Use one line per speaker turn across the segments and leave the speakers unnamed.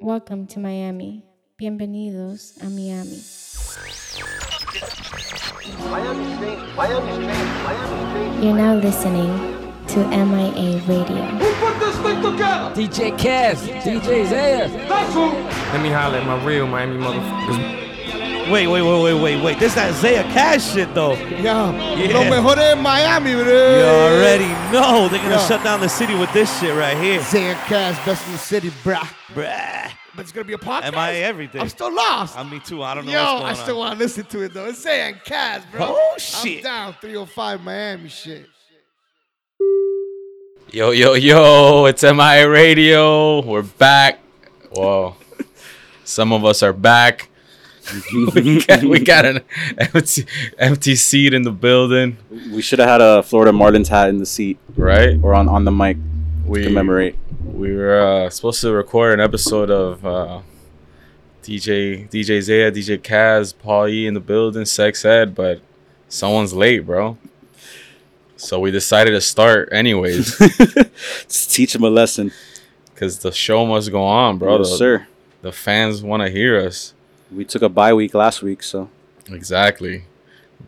Welcome to Miami. Bienvenidos a Miami.
Miami's changed. Miami's changed. Miami's changed.
You're now listening to MIA Radio.
Who put this thing together?
DJ Kaz, DJ Zayas.
That's who.
Let me holler at my real Miami motherfuckers.
Wait, wait, wait, wait, wait, wait. This is that Zaya Cash shit though.
Ya,
Yeah.
lo mejor es Miami,
You
bro.
already know they're gonna
Yeah.
shut down the city with this shit right here.
Zaya Cash, best in the city, bruh.
Bruh.
But it's gonna be a podcast.
Am I everything?
I'm still lost.
I me too. I don't know
Yo,
what's going
I still
on.
want to listen to it though. It's Zaya Cash, bro.
Oh, shit.
I'm down 305 Miami shit.
Yo, yo, yo, it's MI Radio. We're back. Whoa. Some of us are back. we, got, we got an empty, empty seat in the building,
We should have had a Florida Marlins hat in the seat
right?
or on, on the mic
We,
to commemorate.
we were uh, supposed to record an episode of uh, DJ DJ Zaya, DJ Kaz, Paul E in the building, Sex Ed, but someone's late, bro. So we decided to start anyways,
Just teach him a lesson.
because the show must go on, bro.
Yes,
The-
sir.
the fans want to hear us.
We took a bye week last week, so
Exactly.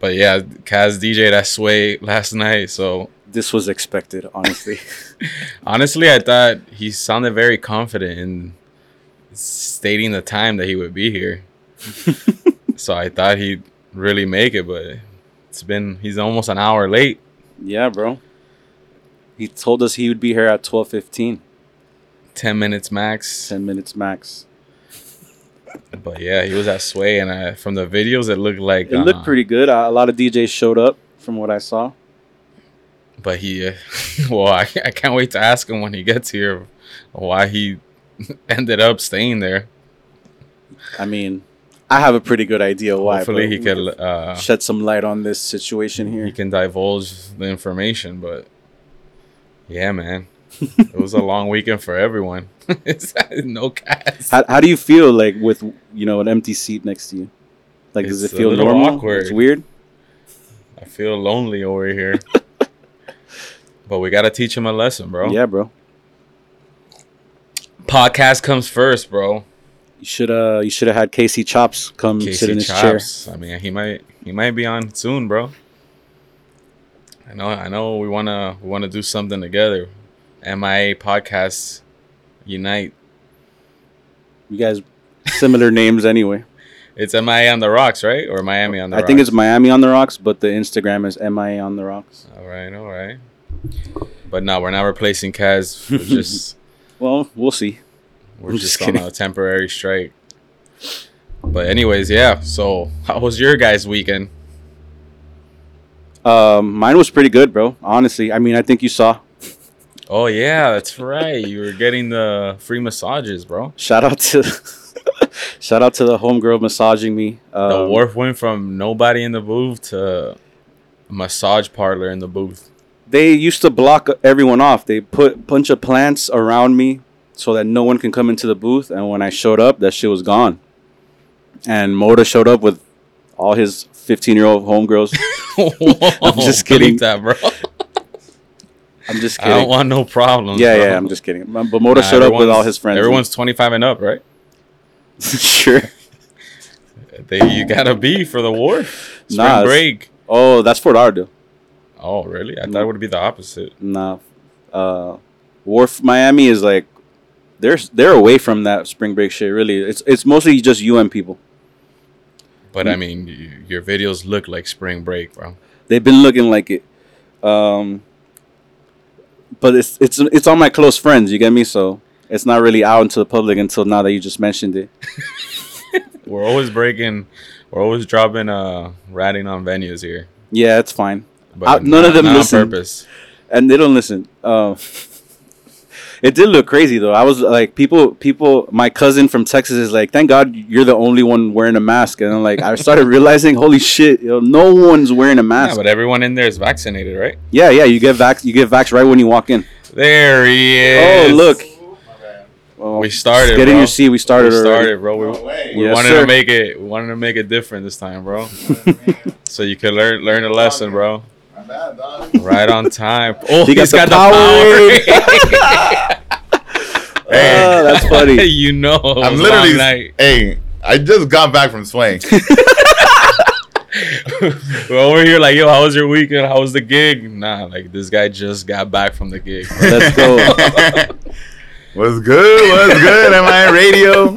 But yeah, Kaz DJ that sway last night. So
this was expected, honestly.
honestly, I thought he sounded very confident in stating the time that he would be here. so I thought he'd really make it, but it's been he's almost an hour late.
yeah, bro. He told us he would be here at 12:15,
Ten minutes max.
10 minutes max.
But yeah, he was at Sway, and I, from the videos, it looked like
It looked
uh,
pretty good. Uh, a lot of DJs showed up from what I saw.
But he, uh, well, I, I can't wait to ask him when he gets here why he ended up staying there.
I mean, I have a pretty good idea why.
Hopefully,
but
he
we
can uh,
shed some light on this situation here.
he can divulge the information. But yeah, man, it was a long weekend for everyone. It's- no cast.
How, how do you feel like with you know an empty seat next to you? Like, does
It's
it
a
feel
little
normal?
awkward.
It's weird.
I feel lonely over here. but we gotta teach him a lesson, bro.
Yeah, bro.
Podcast comes first, bro.
You should uh you should have had Casey Chops come sit in
Casey
his
Chops. I mean, he might he might be on soon, bro. I know I know we wanna we wanna do something together. MIA podcasts
chair.
unite.
You guys similar names anyway.
It's MIA on the rocks, right? Or Miami on the
I
rocks.
think it's Miami on the Rocks, but the Instagram is MIA on the Rocks.
All right, all right. But no, we're not replacing Kaz. We're just
Well, we'll see.
we're
I'm
just,
just
on a
kidding.
temporary strike. But anyways, yeah. So how was your guys' weekend?
Um mine was pretty good, bro. Honestly. I mean I think you saw.
Oh yeah, that's right. You were getting the free massages, bro.
Shout out to Shout out to the homegirl massaging me. Um,
The wharf went from nobody in the booth to massage parlor in the booth.
they used to block everyone off. They put bunch of plants around me so that no one can come into the booth. And when I showed up, that shit was gone. And Moda showed up with all his 15 year old homegirls.
I'm
just kidding.
that, bro.
I'm just
I don't
kidding.
want no problems.
Yeah,
bro.
yeah, I'm just kidding. But but Moda
Nah,
showed up with all
everyone's-
his friends.
Everyone's 25 and up, right?
sure.
They, you gotta be for the wharf. Spring
Nah, it's-
break.
Oh, that's Fort Lauderdale.
Oh, really? I thought it would be the opposite.
Nah. Uh, Wharf Miami is like, they're, they're away from that spring break shit, really. It's, it's mostly just UN people.
But I mean, y- your videos look like spring break, bro.
They've been looking like it. Um, but it's it's it's on my close friends. You get me? So it's not really out into the public until now that you just mentioned it.
We're always breaking. We're always dropping uh ratting on venues here.
Yeah, it's fine,
But
Uh, none of them
not
listen.
on purpose.
and they don't listen. Um, it did look crazy though. I was like, people, people. My cousin from Texas is like, thank God you're the only one wearing a mask. And I'm like, I started realizing, holy shit, you know, no one's wearing a
Yeah,
mask.
but everyone in there is vaccinated, right?
Yeah, yeah, you get vax, you get vax right when you walk in.
There he is.
Oh look. Well,
We started,
Get in
bro.
your seat. We started.
we
already.
started, bro. We, we
Yes,
wanted to
sir.
make it. We wanted to make it different this time, bro. so you could learn learn a lesson, bro. Right on time. Oh,
He got
he's
the
got the power.
Oh, that's funny.
you know, it
I'm
was a
literally.
long night.
Hey, I just got back from swaying.
We're over here like, yo, how was your weekend? How was the gig? Nah, like this guy just got back from the gig. bro.
Let's go.
What's good? What's good? Am I radio?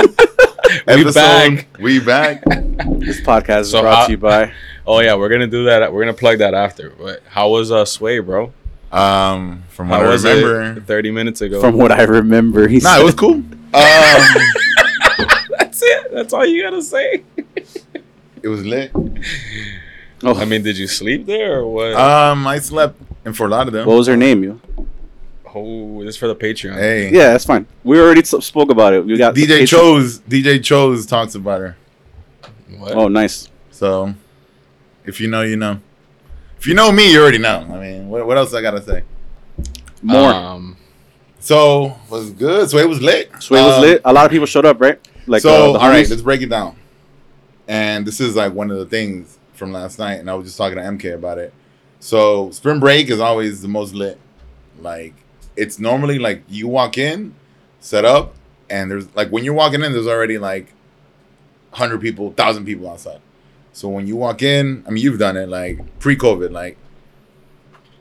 Episode-
back.
We back.
This podcast is
So
brought
how-
to you by.
oh yeah, we're gonna do that. We're gonna plug that after. But how was uh Sway, bro?
Um, from what
How
I
was
remember,
it 30 minutes ago?
From what I remember, he
nah, it was
said-
cool. Um,
That's it. That's all you gotta say.
it was lit.
Oh,
I mean, did you sleep there or what?
Um, I slept in Fort Lauderdale.
what was her name? You?
oh, this is for the Patreon.
hey,
Yeah, that's fine. We already s- spoke about it. We got the
DJ
patron-
Chose. DJ Chose talks about her.
What?
Oh, nice.
So, if you know, you know. If you know me, you already know. I mean, what, what else I gotta say?
More.
Um,
So was good. So it was lit.
so it was
Um,
lit. A lot of people showed up, right? Like,
so
uh, the
all right,
homies?
let's break it down. And this is like one of the things from last night, and I was just talking to MK about it. So spring break is always the most lit. Like it's normally like you walk in, set up, and there's like when you're walking in, there's already like hundred people, thousand people outside. So when you walk in, I mean you've done it like pre-COVID, like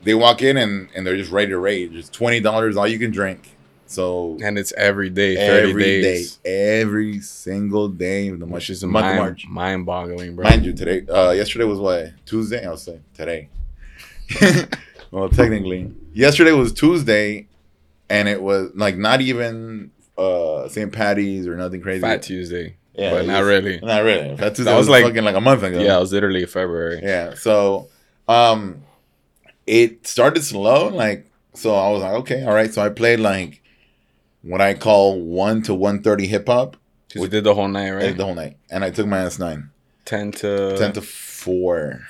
they walk in and, and they're just ready to rage. It's twenty dollars all you can drink. So
and it's every day, 30
every day,
days.
every single day of the month.
Which is
month of
mind,
March.
mind boggling, bro.
Mind you, today, uh, yesterday was what Tuesday. I'll say today. well, technically, yesterday was Tuesday, and it was like not even uh St. Patty's or nothing crazy.
Fat Tuesday.
Yeah,
but
it
not
was-
really.
Not really. Fat Tuesday
That
was,
was like-
fucking like a month ago.
Yeah, it was literally February.
Yeah. So um it started slow, like so I was like, okay, all right. So I played like what I call one to one thirty hip hop
We did the whole night, right? Uh.
the whole night. And I took my S nine.
10 to
Ten to four.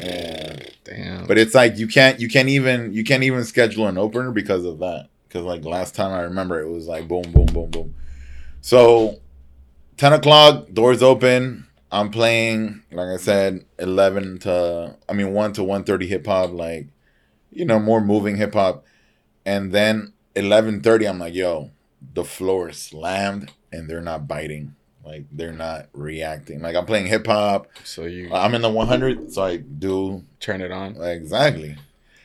Yeah.
Damn.
But it's like you can't you can't even you can't even schedule an opener because of that. Because like last time I remember it was like boom, boom, boom, boom. So ten o'clock, doors open. I'm playing, like I said, eleven to I mean one to one thirty hip hop, like you know, more moving hip hop. And then eleven thirty, I'm like, yo, the floor is slammed and they're not biting. Like they're not reacting. Like I'm playing hip hop.
so you
I'm in the 100, so I do
turn it on.
exactly.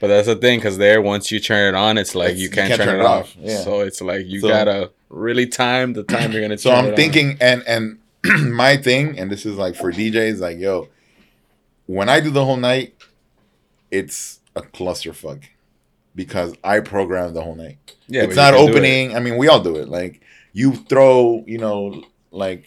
But that's the thing, because there, once you turn it on, it's like you can't, turn, it off.
Yeah.
So it's like you
So-
gotta really time the time you're gonna.
So
turn it
I'm
on.
thinking, and and my thing, and this is like for DJs, like yo, when I do the whole night, it's a clusterfuck because I program the whole night.
yeah,
it's
but you
not
can do it.
opening. I mean, we all do it. Like you throw, you know, like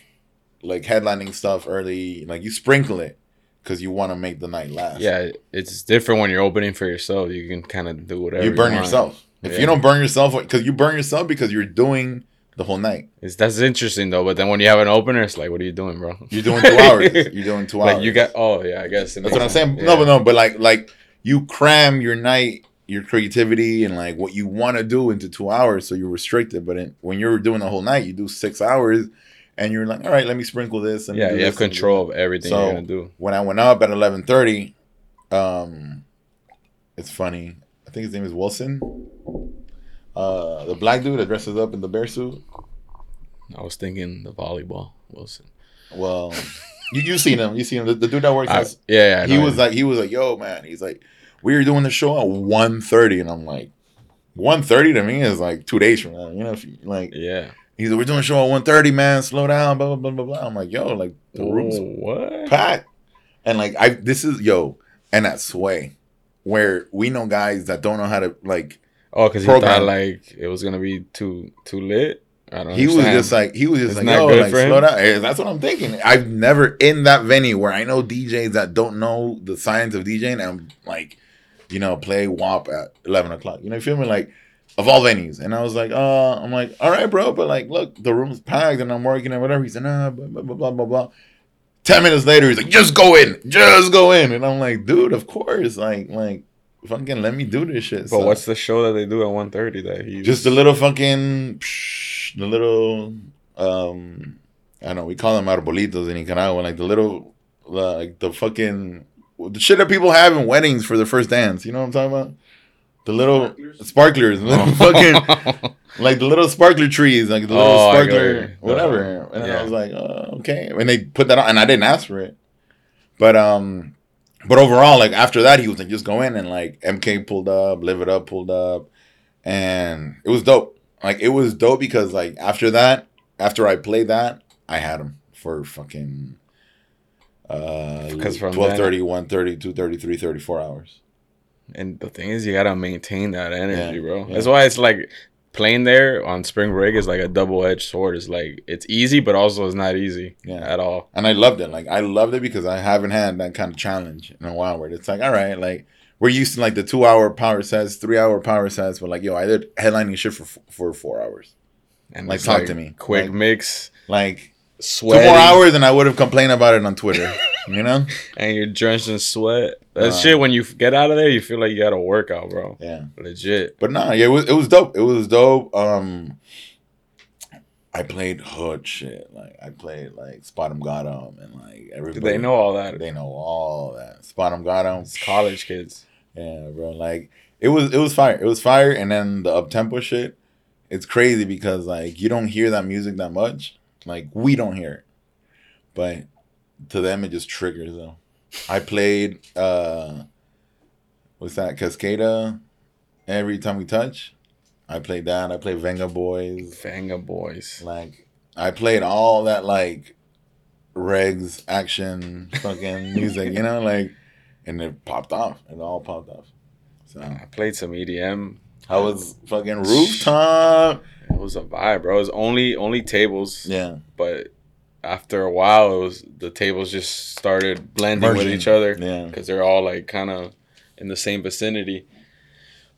like headlining stuff early. Like you sprinkle it because you want to make the night last.
Yeah, it's different when you're opening for yourself. You can kind of do whatever
you burn
want.
yourself. If
Yeah.
you don't burn yourself, because you burn yourself because you're doing the whole night.
It's, that's interesting though. But then when you have an opener, it's like, what are you doing, bro?
You're doing two hours. You're doing two hours.
Like you got. Oh yeah, I guess it
That's
makes
what I'm saying.
sense.
No,
Yeah.
but no, but like like you cram your night, your creativity, and like what you want to do into two hours, so you're restricted. But in, when you're doing the whole night, you do six hours, and you're like, all right, let me sprinkle this. Let me
Yeah,
do
you
this,
have
let me do
control of everything
So-
you're gonna do.
when I went up at eleven thirty, um, it's funny. I think his name is Wilson. Uh, the black dude that dresses up in the bear suit.
I was thinking the volleyball Wilson.
Well, you you seen him? You seen him? The, the dude that works.
I-
as-
yeah, yeah. I
he
know.
was like, he was like, yo, man. He's like, we were doing the show at 1.30. and I'm like, 1.30 to me is like two days from now. You know, if you, like
yeah.
he's like, we're doing the show at 1.30, man. Slow down, blah blah blah blah blah. I'm like, yo, like the room's
Oh, what?
packed. And like I this is yo, and that sway where we know guys that don't know how to like
Oh, because he thought
program.
like it was gonna be too too lit. I don't.
he was
understand.
just like he was just
It's
like
not
yo
good
like
for him.
slow down Eh, that's what I'm thinking I've never in that venue where I know DJs that don't know the science of DJing and I'm like you know play WAP at 11 o'clock you know you feel me like of all venues and I was like uh I'm like all right bro but like look the room's packed and I'm working and whatever he said nah blah blah blah blah blah blah 10 minutes later he's like just go in just go in and I'm like dude of course like like fucking let me do this shit
But what's the show that they do at 1.30 that he
just the little fucking psh, the little um I don't know we call them arbolitos in Nicaragua like the little like the fucking the shit that people have in weddings for their first dance you know what I'm talking about The little sparklers,
Oh.
little fucking like the little sparkler trees, like the little
Oh, I got it.
sparkler, whatever. And
Yeah.
I was like, oh, okay. And they put that on, and I didn't ask for it. But um, but overall, like after that, he was like, just go in and like MK pulled up, Live It Up pulled up, and it was dope. Like it was dope because like after that, after I played that, I had him for fucking uh
'Cause from
1230 130 230 34 hours
And the thing is, you gotta maintain that energy,
Yeah,
bro.
yeah.
That's why it's like playing there on spring break is like a double edged sword. It's like it's easy, but also it's not easy
Yeah.
at all.
and I loved it. Like I loved it because I haven't had that kind of challenge in a while where it's like, all right, like we're used to like the two hour power sets, three hour power sets, but like yo, I did headlining shit for f- for four hours.
And
Like,
it's,
talk to me.
Quick
Like-
mix,
Like
sweat,
two more hours, and I would have complained about it on Twitter. you know?
and you're drenched in sweat.
Uh,
That shit when you f- get out of there, you feel like you had a workout, bro.
Yeah.
Legit.
But nah, yeah, it was it was dope. It was dope. Um, I played hood shit. Like I played like Spot 'em Got 'em and like everybody.
They know all that.
They know all that. Spot 'em Got 'em.
It's college kids.
Yeah, bro. Like it was it was fire. It was fire and then the up tempo shit. It's crazy because like you don't hear that music that much. Like we don't hear it. But to them it just triggers them. I played uh what's that? Cascada every time we touch. I played that. I played Venga Boys.
Fanga boys.
Like I played all that like regs action fucking music, you know, like and it popped off. It all popped off. So
I played some E EDM.
I was fucking rooftop.
It was a vibe, bro. It was only only tables.
Yeah.
but after a while, it was the tables just started blending with
Merging.
each other
Yeah.
because they're all like kind of in the same vicinity.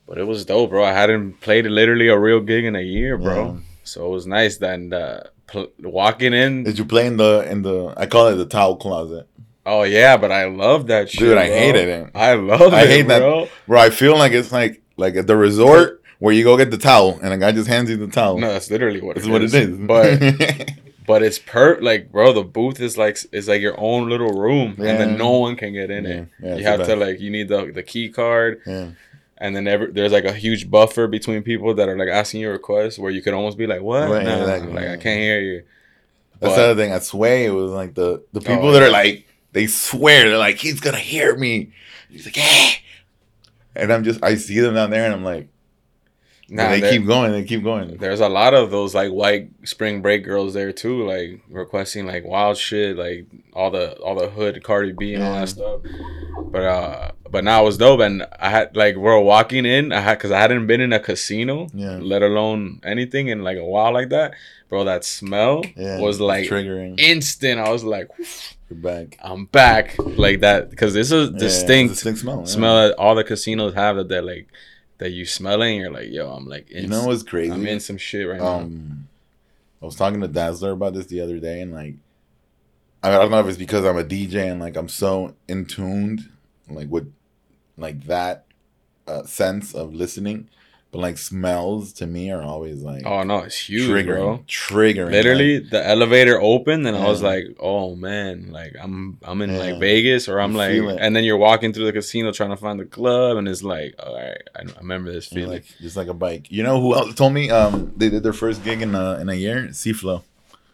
But it was dope, bro. I hadn't played literally a real gig in a year, bro.
Yeah.
So it was nice. Then uh, pl- walking in,
Did you play in the in the I call it the towel closet.
oh yeah, but I love that shit,
Dude, I
bro.
hated it.
I love.
I
it,
hate that.
bro.
Bro, I feel like it's like like at the resort where you go get the towel and a guy just hands you the towel.
No, that's literally what
That's
it
what
is.
it Oh. is.
But but it's per like, bro. The booth is like it's like your own little room, and
Yeah.
then no one can get in
Yeah.
it.
Yeah, it's
you
the
have to
best.
like you need the the key card.
yeah.
and then every, there's like a huge buffer between people that are like asking you requests where you could almost be like, "What?
Right,
Nah,
exactly,
like
yeah.
I can't hear you."
That's
But-
the other thing. I swear it was like the the people
Oh,
that
yeah.
are like they swear they're like he's gonna hear me. He's like eh. and I'm just I see them down there and I'm like
Nah,
they
there-
keep going, they keep going.
There's a lot of those like white spring break girls there too, like requesting like wild shit, like all the all the hood Cardi B and all
Yeah.
that stuff. But uh, but now it was dope, and I had like we we're walking in, I had because I hadn't been in a casino,
Yeah.
let alone anything in like a while like that, bro. That smell
Yeah,
was like
triggering
instant. I was like.
your back.
I'm back like that because this is
Yeah,
distinct
distinct smell. yeah.
smell that all the casinos have that they're like that you smell it and you're like yo I'm like in,
You know what's crazy?
I'm in some shit right now.
Um, I was talking to Dazzler about this the other day, and like, I, I don't know if it's because I'm a DJ and like I'm so in tuned, like with like that uh, sense of listening, but like smells to me are always like
Oh no, it's huge,
triggering,
bro.
triggering.
Literally, the elevator opened and I was
Yeah.
like, oh man, like I'm I'm in like
Yeah.
Vegas or I'm
You
like,
feel it.
and then you're walking through the casino trying to find the club and it's like, all right, I, I remember this
like,
feeling.
like just like a bike. You know who else told me? Um, they did their first gig in a in a year. Seaflow.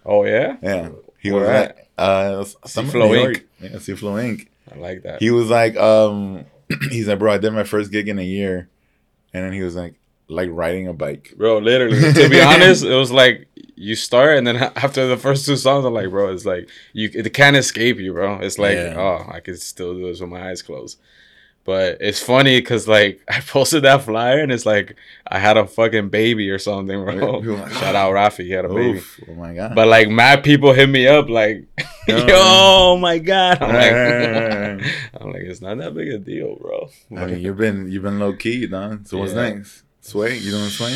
oh yeah,
Yeah, he
Where
was
at?
like, uh, some
Seaflow
Flow
Inc.
Inc. Yeah, Seaflow Inc.
I like that.
he was like um he's like bro i did my first gig in a year and then he was like like riding a bike
Bro, literally. To be honest, it was like you start, and then after the first two songs, I'm like, bro, it's like you it can't escape you, bro. It's like,
Yeah.
oh, I could still do this with my eyes closed. But it's funny because like I posted that flyer, and it's like I had a fucking baby or something, bro.
People like,
Shout out Rafi, he had a baby.
Oof, oh my god
But like mad people hit me up like, yo,
Yeah.
oh my god, I'm like,
Right, right, right.
I'm like, it's not that big a deal, bro.
i mean you've been you've been low-key don so what's
Yeah.
next sway you doing sway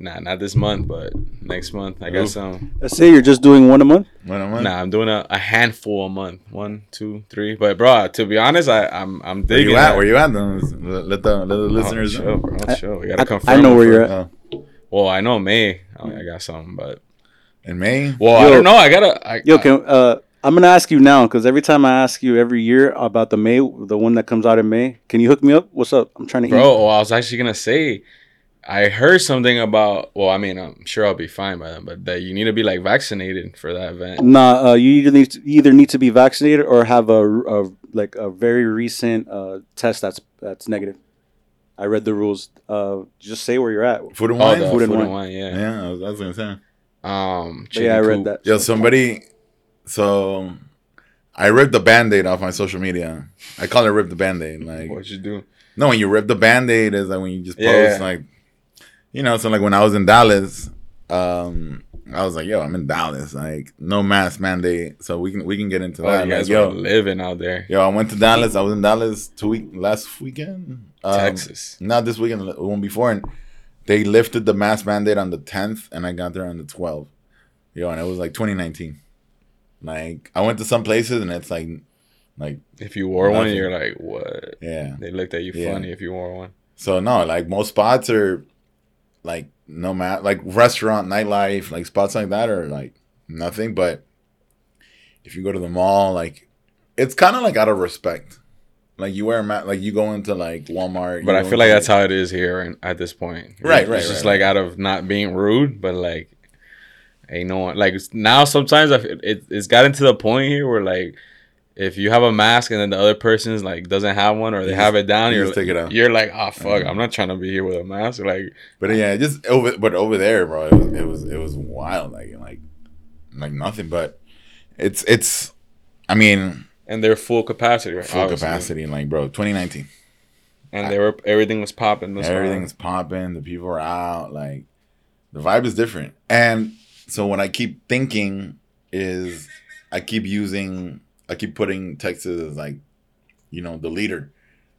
Nah, not this month, but next month I got
Oof.
some.
Let's say you're just doing one a month.
when i'm
Nah, I'm doing a, a handful a month. One, two, three. But bro, to be honest, I, I'm I'm
where
digging.
you at
it.
where you at though let the, let the listeners
oh, chill,
know
bro, chill. We gotta
I, I
confirm
know
it
where
first.
you're
oh,
at.
Well, I know May. I, mean, I got something, but
in may
well, I
Yo.
don't know. I gotta. I,
Yo, can uh, I'm gonna ask you now because every time I ask you every year about the May, the one that comes out in May, can you hook me up? What's up? I'm trying to eat.
Bro, well, I was actually gonna say, I heard something about. Well, I mean, I'm sure I'll be fine by then, but that you need to be like vaccinated for that event.
Nah, uh, you either need to, you either need to be vaccinated or have a, a like a very recent uh, test that's that's negative. I read the rules. Uh, just say where you're at.
Food and
Oh,
wine.
the
Food
food
and
and
wine.
wine, yeah.
yeah, I was, I was gonna say.
Um,
But yeah, I
chicken
read
coop.
that.
Yo, somebody. So, I ripped the band-aid off my social media. I call it rip the band-aid. Like,
What you do?
No, when you rip the band aid is like when you just post
Yeah.
like you know, so like when I was in Dallas, um I was like, yo, I'm in Dallas, like no mask mandate. So we can we can get into
Oh,
that.
you
Like,
guys were
yo,
living out there,
yo, I went to Dallas. I was in Dallas two week last weekend. Um,
Texas.
Not this weekend, the one before and they lifted the mask mandate on the tenth and I got there on the twelfth. Yo, and it was like twenty nineteen. Like I went to some places and it's like like
If you wore one,
Nothing.
you're like, what?
yeah.
They looked at you
Yeah.
funny if you wore one.
So no, like most spots are like no matter like restaurant, nightlife, like spots like that are like nothing. But if you go to the mall, like it's kind of like out of respect. Like you wear a mask, like you go into like Walmart.
But
you
I
go
feel like
into-
that's how it is here and at this point.
Right,
It's
right,
just
right,
like out of not being rude, but like ain't no one like it's- now sometimes I feel- it, it's gotten to the point here where like if you have a mask and then the other person's like doesn't have one or they
You
have
just-
it down,
you
you are
just take it Mm-hmm. out.
you're like, oh fuck, I'm not trying to be here with a mask. Like
But yeah, just over. But over there, bro, it was it was, it was wild. Like like like nothing. But it's it's. I mean,
and they're full capacity, right?
full
Obviously.
capacity. Like, bro, 2019.
And they were everything was popping. this round.
Everything's popping. The people are out. Like the vibe is different. And so what I keep thinking is, I keep using, I keep putting Texas as like, you know, the leader,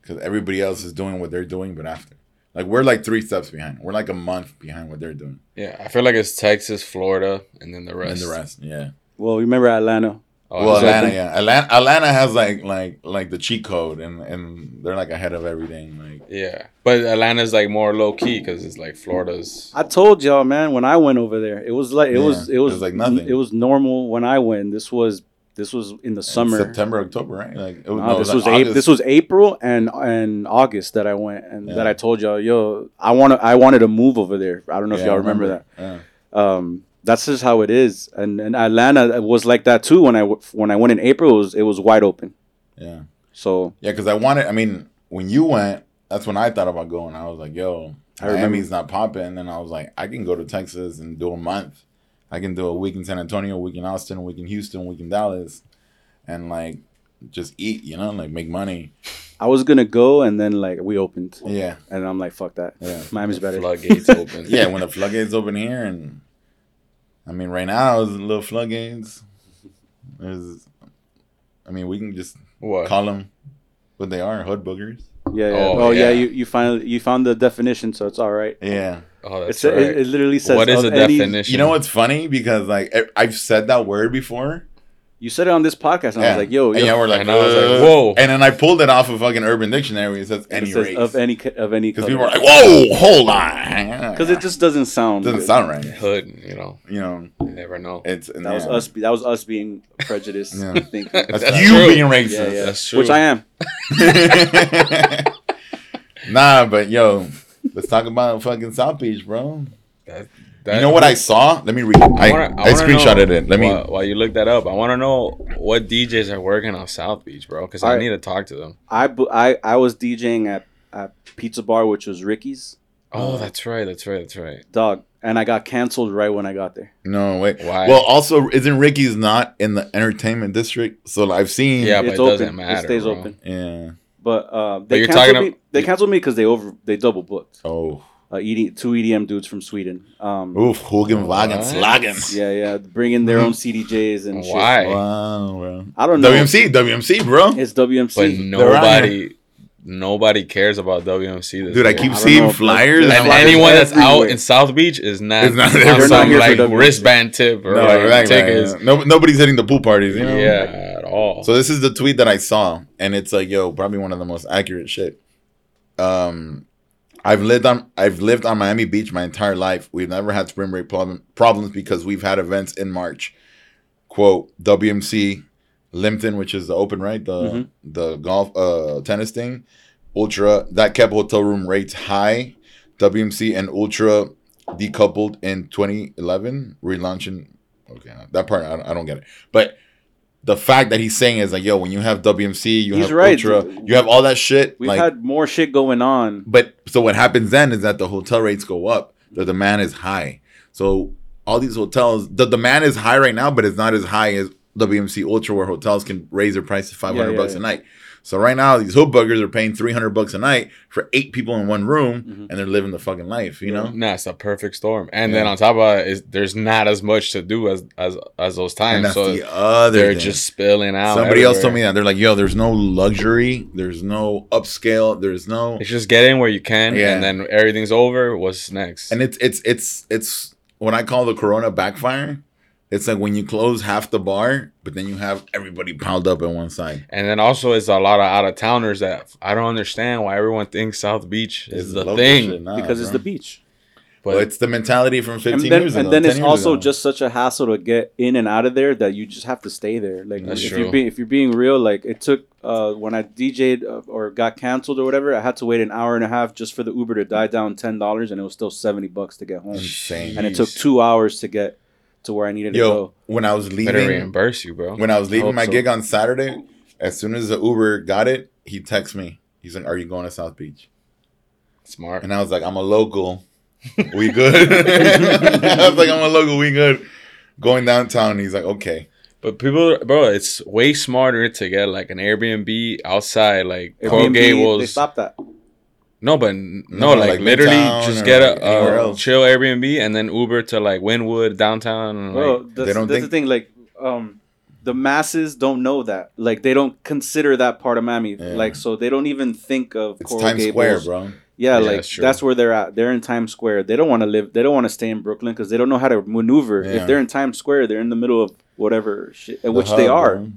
because everybody else is doing what they're doing, but after, like we're like three steps behind. We're like a month behind what they're doing,
Yeah, I feel like it's Texas, Florida, and then the
and
rest.
the rest, yeah.
Well, remember Atlanta?
Oh,
well,
is that-
Atlanta, yeah, Atlanta, Atlanta has like like like the cheat code, and and they're like ahead of everything, like.
yeah, but Atlanta's like more low key because it's like Florida's.
I told y'all, man, when I went over there, it was like it
Yeah,
was it
it
was,
was like nothing.
It was normal when I went. This was this was in the summer.
September, October, right? Like it
No,
no, it
this
like
was April,
August.
this was April and and August that I went and that
Yeah.
I told y'all, yo, I want to I wanted to move over there. I don't know if
Yeah,
y'all
I
remember,
Yeah.
that. Um, that's just how it is. And and Atlanta was like that too when I w- when I went in April. It was, it was wide open.
Yeah,
So
yeah, because I wanted. I mean, when you went, that's when I thought about going. I was like, "Yo,
I remember.
Miami's not popping," and then I was like, "I can go to Texas and do a month. I can do a week in San Antonio, a week in Austin, a week in Houston, a week in Dallas, and like just eat, you know, like make money."
I was gonna go and then like we opened
Yeah,
and I'm like, fuck that.
Yeah.
Miami's better.
floodgates open.
yeah. When the floodgates open here, and I mean, right now it's a little floodgates. There's, I mean, we can just
What?
call them what they are, hood boogers.
Yeah, yeah.
Oh,
Oh, yeah.
yeah.
You you finally you found the definition, so it's all right.
Yeah.
oh, that's
It's,
right.
it, it literally says
what is
of
the
any-
definition?
You know what's funny because like I- I've said that word before.
You said it on this podcast, and I was like, yo,
and
yo.
yeah, we're like,
And I was like,
"Uh."
whoa.
And then I pulled it off of fucking Urban Dictionary. It says
It
any
says
race
of any co- of any
because
color.
people are like, whoa, hold on,
Because it just doesn't sound.
doesn't
good.
sound right.
hood. You know,
You know,
you never know.
it's and
That was
yeah.
us. That was us being prejudiced.
Yeah.
thinking.
That's,
That's
you
true.
being racist.
Yeah, yeah.
That's
Which
true.
I am.
nah, but yo, let's talk about fucking South Beach, bro.
That,
You know what I saw? Let me read. I,
wanna-
I,
wanna know
screenshotted it. Let me.
While, while you look that up, I want to know what DJs are working on South Beach, bro, because I
Alright.
need to talk to them.
I, bu- I I was DJing at at Pizza Bar, which was Ricky's
Oh, that's right. That's right. That's right.
dog, and I got canceled right when I got there.
No wait.
Why?
Well, also, isn't Ricky's not in the entertainment district? So I've seen.
Yeah, but
it's
it
open.
doesn't matter,
It stays
bro.
open.
Yeah.
But uh, they
you're
canceled
talking
me.
ab-
they canceled me because they over they double booked.
Oh.
Uh, ED, two EDM dudes from Sweden. Um,
Oof, Mm-hmm. Hogan Wagen
What?
Slagen.
yeah, yeah, bringing their own CDJs and shit.
Why?
Wow, bro.
I don't know.
WMC, WMC, bro.
It's WMC.
But
out
nobody, nobody cares about WMC. This
Dude, I
year.
keep
I don't
seeing
know,
flyers. And
but-
And
I'm like,
anyone that's out
everywhere.
in South Beach is not,
It's not-
on
they're not
some
here for
like
WMC.
wristband tip or
no,
like,
right, right,
tickets.
right. No, nobody's hitting the pool parties, you know?
Yeah, at all.
So this is the tweet that I saw, and it's like, yo, probably one of the most accurate shit. Um, I've lived on I've lived on Miami Beach my entire life. We've never had spring break problem, problems because we've had events in March. Quote WMC Limpton, which is the open, right? The
Mm-hmm.
the golf uh tennis thing. Ultra that kept hotel room rates high. WMC and Ultra decoupled in 2011, relaunching. Okay, that part I don't, I don't get it. But the fact that he's saying is like, yo, when you have WMC, you
He's
have
right.
Ultra, you have all that shit.
We've
like,
had more shit going on.
but so what happens then is that the hotel rates go up. The demand is high. So all these hotels, the demand is high right now, but it's not as high as WMC Ultra, where hotels can raise their price to five hundred
Yeah, yeah,
bucks
yeah.
a night. So right now, these hoodbuggers are paying three hundred bucks a night for eight people in one room,
Mm-hmm.
and they're living the fucking life. You know,
Nah, it's a perfect storm. And then
Yeah.
on top of that, is there's not as much to do as as, as those
and
times.
that's
So
the other.
they're
thing.
just spilling out.
somebody else told me
everywhere.
that they're like, yo, there's no luxury, there's no upscale, there's no
It's just get in where you can,
Yeah.
and then everything's over. What's next?
And it's it's it's it's what I call the corona backfire. It's like when you close half the bar, but then you have everybody piled up on one side.
And then also, it's a lot of out of towners that I don't understand why everyone thinks South Beach is
It's
the
local
thing.
shit, nah,
because it's
bro.
the beach.
But
Well, it's the mentality from 15
And then,
years ago.
and then
10
it's
years
also
ago.
just such a hassle to get in and out of there that you just have to stay there. Like
That's
if
true.
you're being if you're being real, like it took uh, when I DJ'd uh, or got canceled or whatever, I had to wait an hour and a half just for the Uber to die down ten dollars, and it was still seventy bucks to get home.
insane.
And it took two hours to get to where I needed to
Yo,
go.
when I was
better
leaving,
reimburse you, bro.
when I was leaving
Hope
my
so.
gig on Saturday, as soon as the Uber got it, he texted me. He's like, "Are you going to South Beach?"
Smart.
And I was like, I'm a local. We good. I was like, I'm a local. We good. Going downtown. And he's like, okay.
But people, bro, it's way smarter to get like an Airbnb outside, like
Airbnb,
Colgate
they
was.
stopped that.
No, but n-
No,
no, like,
like
literally,
Midtown or
just get
like
a,
anywhere
a
else.
chill Airbnb and then Uber to like Wynwood downtown. and,
Bro,
like,
that's,
they don't
that's
think-
the thing. Like, um, the masses don't know that. Like, they don't consider that part of Miami.
Yeah.
Like, so they don't even think of
It's
Coral
Times
Gables.
Square, bro.
Yeah,
Yeah,
like
that's
that's,
true.
where they're at. They're in Times Square. They don't want to live. They don't want to stay in Brooklyn because they don't know how to maneuver.
Yeah.
If they're in Times Square, they're in the middle of whatever shit, uh,
The
which they
hub,
are.
bro.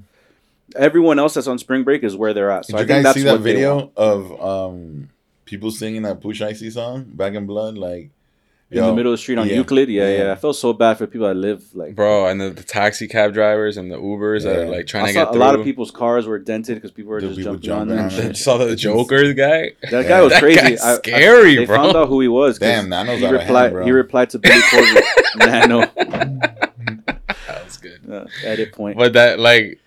Everyone else that's on spring break is where they're at.
Did
So I
you
think
guys
that's
see that
what they want.
video of um people singing that Push Icy song, Back in Blood? Like,
in
yo,
the middle of the street on
yeah,
Euclid. Yeah, yeah,
yeah.
I felt so bad for people that live like.
bro, and the, the taxi cab drivers and the Ubers that are
Yeah.
like trying
I
to
saw
get
a
through.
lot of people's cars were dented because people were
Dude,
just
people
jumping
jumping
on them. and
on them.
shit.
saw the Joker guy.
That guy was
That
crazy.
guy's
I- I-
scary,
they
bro.
found out who he was. 'cause
Damn, Nano's
he
out of
replied.
hand, bro.
He replied to Billy Corbin. Nano.
That was good.
Uh, edit point.
But that like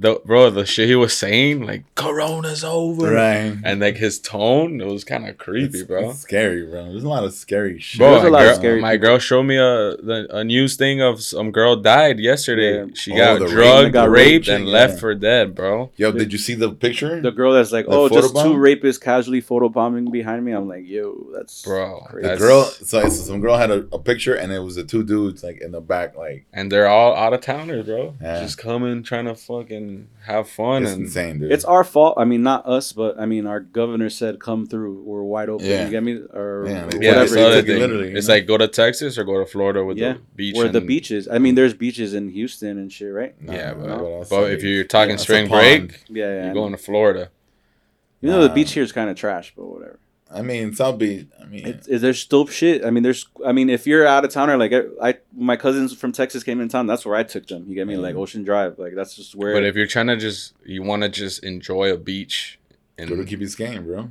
the bro, the shit he was saying, like Corona's over,
right.
and like his tone, it was kind of creepy,
It's-
bro.
it's scary, bro. There's a lot of scary shit. um,
Bro,
There's a
my
lot of
girl,
scary
my girl showed me a the, a news thing of some girl died yesterday.
Yeah.
She
Oh,
got
the
drugged,
rape. Got
raped,
raped,
and
yeah.
left for dead, bro.
Yo, did you see the picture?
The girl that's like,
The
oh, just two
photobomb?
rapists casually photobombing behind me. I'm like, yo, that's
Bro,
the
Crazy.
that's-
girl, so it's- some girl had a, a picture, and it was the two dudes like in the back, like
And they're all out of towners, bro.
Yeah.
Just coming, trying to fucking have fun
it's
and
insane, dude.
It's our fault. I mean, not us, but I mean, our governor said, "Come through. We're wide open."
Yeah.
You get me? Or
Yeah, they-
yeah,
whatever.
that's the other
took it
thing.
literally, you
it's
know?
like go to Texas or go to Florida with
Yeah,
the beach.
Where the
and-
beaches? I mean, there's beaches in Houston and shit, right?
Nah,
yeah,
bro,
but-
what else?
But if you're talking
That's a
spring
pond.
break,
Yeah, yeah.
you're going to Florida.
you know, the
Nah.
beach here is kind of trash, but whatever.
I mean, South Beach. I mean,
It's, is there's dope shit. I mean, there's. I mean, if you're out of town or like I, I, my cousins from Texas came in town. That's where I took them. You get me? Like Ocean Drive. Like that's just where.
But if you're trying to just, you want to just enjoy a beach and
go to Key Biscayne, bro.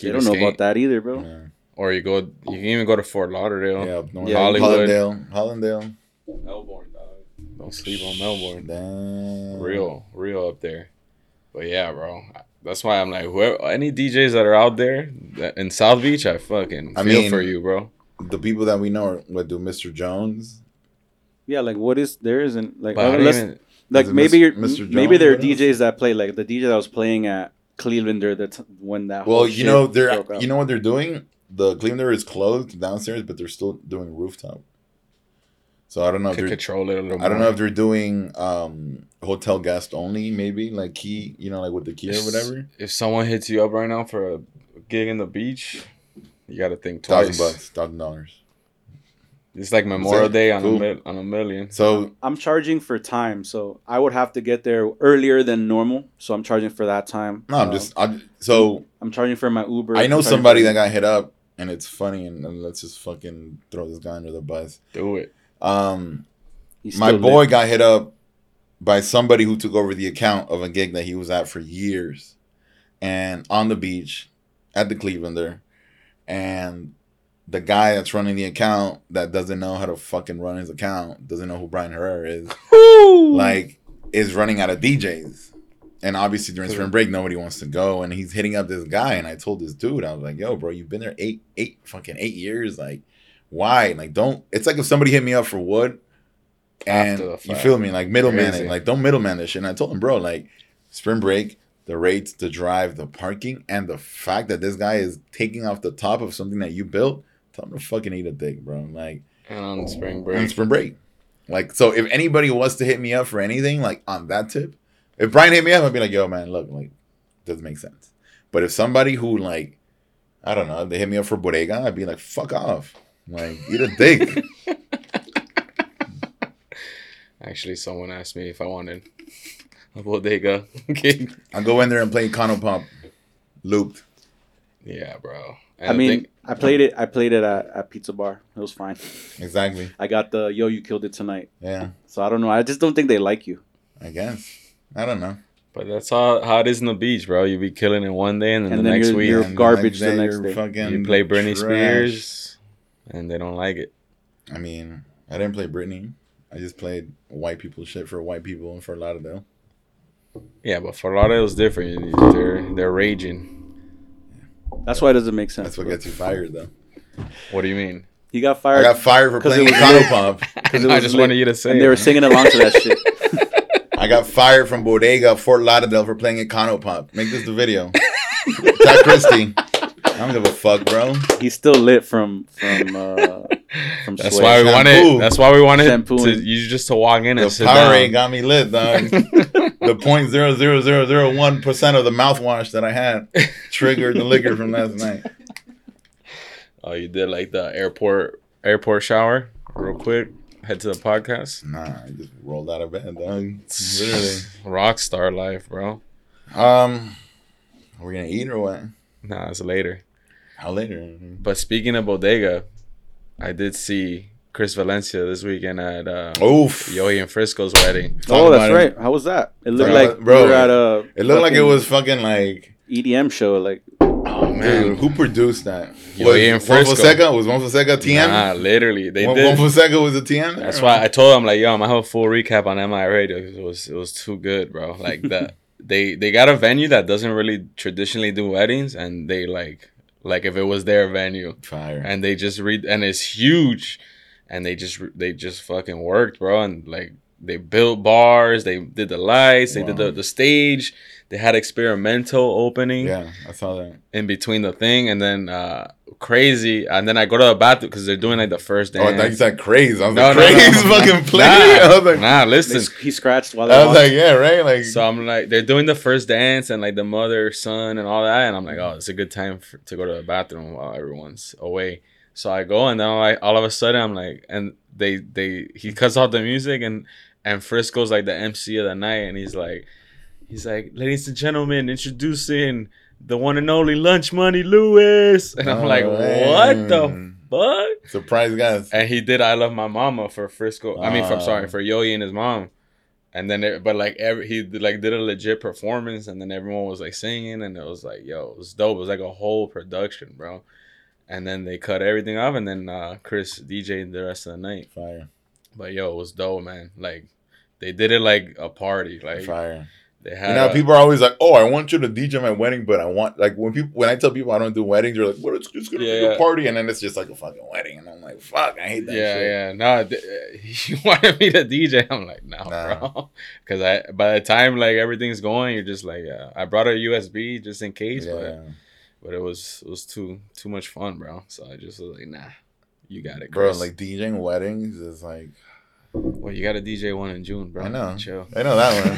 they don't know about that either, bro.
Yeah,
Or you go, you can even go to Fort Lauderdale.
yeah up north.
Yeah.
Hollywood.
Hollandale, Hollandale.
Melbourne, dog.
Don't sleep on Melbourne.
Damn.
Real, real up there. But yeah, bro. That's why I'm like, whoever, any DJs that are out there that- in South Beach, I fucking
I
feel
mean-
for you, bro.
the people that we know are what do Mr. Jones.
Yeah, like what is there isn't like
But I don't
unless
even-
like
Is it
maybe you're,
Mr. Jones
maybe there are
with us?
DJs that play like the DJ that was playing at Clevelander that t- when that
Well,
whole
you
shit
know they're
broke up.
you know what they're doing. The cleaner is closed downstairs, but they're still doing rooftop. So I don't know. If
could
they're,
control it a little
I don't
more.
know if they're doing um hotel guest only, maybe like key, you know, like with the key or
If-
whatever.
If someone hits you up right now for a gig in the beach, you got to think twice.
Thousand bucks, thousand dollars.
It's like Memorial
Exactly.
Day on
Cool.
a mil- on a million.
So
I'm charging for time, so I would have to get there earlier than normal. So I'm charging for that time.
no, I'm
Um,
just I'm, so
I'm charging for my Uber.
I know
I'm charging
somebody
for-
that got hit up, and it's funny, and, and let's just fucking throw this guy under the bus.
Do it.
Um,
He's
my
still
boy
lit.
got hit up by somebody who took over the account of a gig that he was at for years and on the beach at the Clevelander. And the guy that's running the account that doesn't know how to fucking run his account, doesn't know who Brian Herrera is, like is running out of DJs. And obviously during spring break, nobody wants to go. And he's hitting up this guy. And I told this dude, I was like, yo, bro, you've been there eight, eight, fucking eight years. Like, why? Like, don't. It's like if somebody hit me up for wood, and
After the
you
fact.
feel me, like middleman
Crazy.
it, like don't middleman this shit. And I told him, bro, like spring break, the rates, the drive, the parking, and the fact that this guy is taking off the top of something that you built. Tell him to fucking eat a dick, bro. Like
And on spring
on
break.
spring break, like so. If anybody was to hit me up for anything, like on that tip, if Brian hit me up, I'd be like, yo, man, look, like doesn't make sense. But if somebody who like, I don't know, if they hit me up for bodega, I'd be like, fuck off, like eat a dick.
Actually, someone asked me if I wanted a bodega gig.
I'll go in there and play Econo Pump looped.
Yeah, bro. And
I
the
mean,
thing-
I played it. I played it at, at Pizza Bar. It was fine.
Exactly.
I got the yo, you killed it tonight.
Yeah,
So I don't know. I just don't think they like you.
I guess. I don't know.
but that's how, how it is in the beach, bro. You be killing it one day, and then,
And
the
then
next
you're-
week
you're-
And
garbage the next
you're
day.
Fucking
you play Britney
trash.
Spears, and they don't like it.
I mean, I didn't play Britney. I just played white people shit for white people and for Lauderdale.
Yeah, but for Florida it was different. They're they're raging.
That's why it doesn't make sense.
That's what gets you fired, though.
What do you mean?
He got
I
fired
got fired for
'Cause
playing
it was
Econo
lit.
Pump.
because it
I
was
just
lit,
wanted you to say.
and
it,
they were
man.
singing along to that shit.
I got fired from Bodega, Fort Lauderdale for playing Econo Pump. Make this the video. Todd Christie. I don't give a fuck, bro.
He's still lit from from uh, from.
That's
Sway.
why we
Shampoo.
wanted. That's why we wanted
Shampoo
to,
and-
you just to walk in and
The
sit
Powerade
down.
got me lit, dog. the point zero zero zero zero one percent of the mouthwash that I had triggered the liquor from last night.
Oh, you did like the airport airport shower, real quick. Head to the podcast.
Nah, I just rolled out of bed, dog. Literally.
Rock star life, bro.
Um, are we gonna eat or what?
Nah, it's later.
How later?
But speaking of bodega, I did see Chris Valencia this weekend at uh,
Oof.
Yoey and Frisco's wedding.
Oh,
Talking
that's
about it.
right. How was that? It looked
Bro,
like
bro,
we were at a.
It looked like it
fucking
was fucking like.
EDM show. Like
Oh man, who produced that?
Yo,
was
Ian
Juan
Frisco.
Fonseca was Juan Fonseca TM.
Nah, literally, they
Juan, Juan
did.
Fonseca was a TM.
That's why I told him like, yo, I'm gonna have a full recap on MIRA. dude. It was it was too good, bro. Like the they they got a venue that doesn't really traditionally do weddings, and they like like if it was their venue,
fire.
and they just read and it's huge, and they just re- they just fucking worked, bro, and like they built bars, they did the lights, they did
Wow.
the, the stage, they had experimental opening
yeah, I saw that.
in between the thing, and then uh crazy, and then I go to the bathroom because they're doing like the first
Oh, I
dance.
thought you said crazy. I was
No,
like,
no, no.
crazy fucking play. I was like,
Nah,
they,
listen.
he scratched while
I
they
was like, yeah, right. Like,
So I'm like, they're doing the first dance and like the mother, son, and all that, and I'm like, oh, it's a good time for, to go to the bathroom while everyone's away. So I go, and then like all of a sudden I'm like, and they they he cuts off the music, and and Frisco's like the MC of the night, and he's like, he's like, ladies and gentlemen, introducing the one and only Lunch Money Lewis, and I'm
Oh,
like, what the
man.
fuck?
surprise guys.
and he did "I Love My Mama" for Frisco. I mean, for, I'm sorry
Oh.
for Yoyi and his mom. And then, it, but like every he did- like did a legit performance, and then everyone was like singing, and it was like, yo, it was dope. It was like a whole production, bro. And then they cut everything off, and then uh, Chris DJed the rest of the night.
Fire,
But yo, it was dope, man. Like they did it like a party. Like
fire.
they had
You know,
a-
people are always like, "Oh, I want you to DJ my wedding," but I want like when people when I tell people I don't do weddings, they're like, "What? It's just gonna
Yeah,
be
yeah.
a party," and then it's just like a fucking wedding, and I'm like, "Fuck, I hate that
yeah,
shit."
yeah. No, th- you wanted me to DJ. I'm like, no,
Nah.
bro. Because I, by the time like everything's going, you're just like, uh, I brought a USB just in case, but but it was it was too too much fun, bro. So I just was like, nah, you got it,
bro.
Chris.
Like DJing weddings is like,
well, you got a DJ one in June, bro.
I know,
Chill.
I know that one.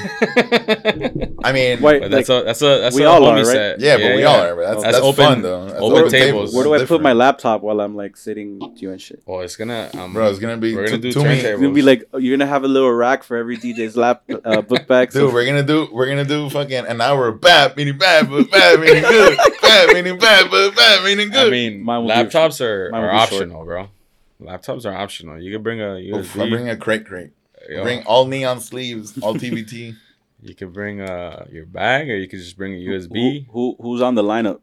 I mean,
Wait,
but that's
like,
a that's a that's
we
a
all
homie
are, right?
set.
yeah, but we all are. But that's,
That's
that's,
open-
fun though. That's
open tables.
where do I put
Different.
my laptop while I'm like sitting with you and shit?
Well, it's gonna, um,
Bro, it's gonna be
We're gonna
two-
do
two me-
turntables.
It's gonna be like oh, you're gonna have a little rack for every DJ's lap uh, book bag.
Dude,
So
we're gonna do we're gonna do fucking an hour of bad meaning bad but bad meaning good. Bad meaning bad but bad meaning
I
good.
mean,
Mine will be-
laptops are
mine
are
will be short.
optional, bro. Laptops are optional. You can bring a USB.
Oof, I bring a crate crate.
yo.
Bring all neon sleeves, all TBT.
You could bring uh your bag, or you could just bring a
Who,
USB.
who who's on the lineup?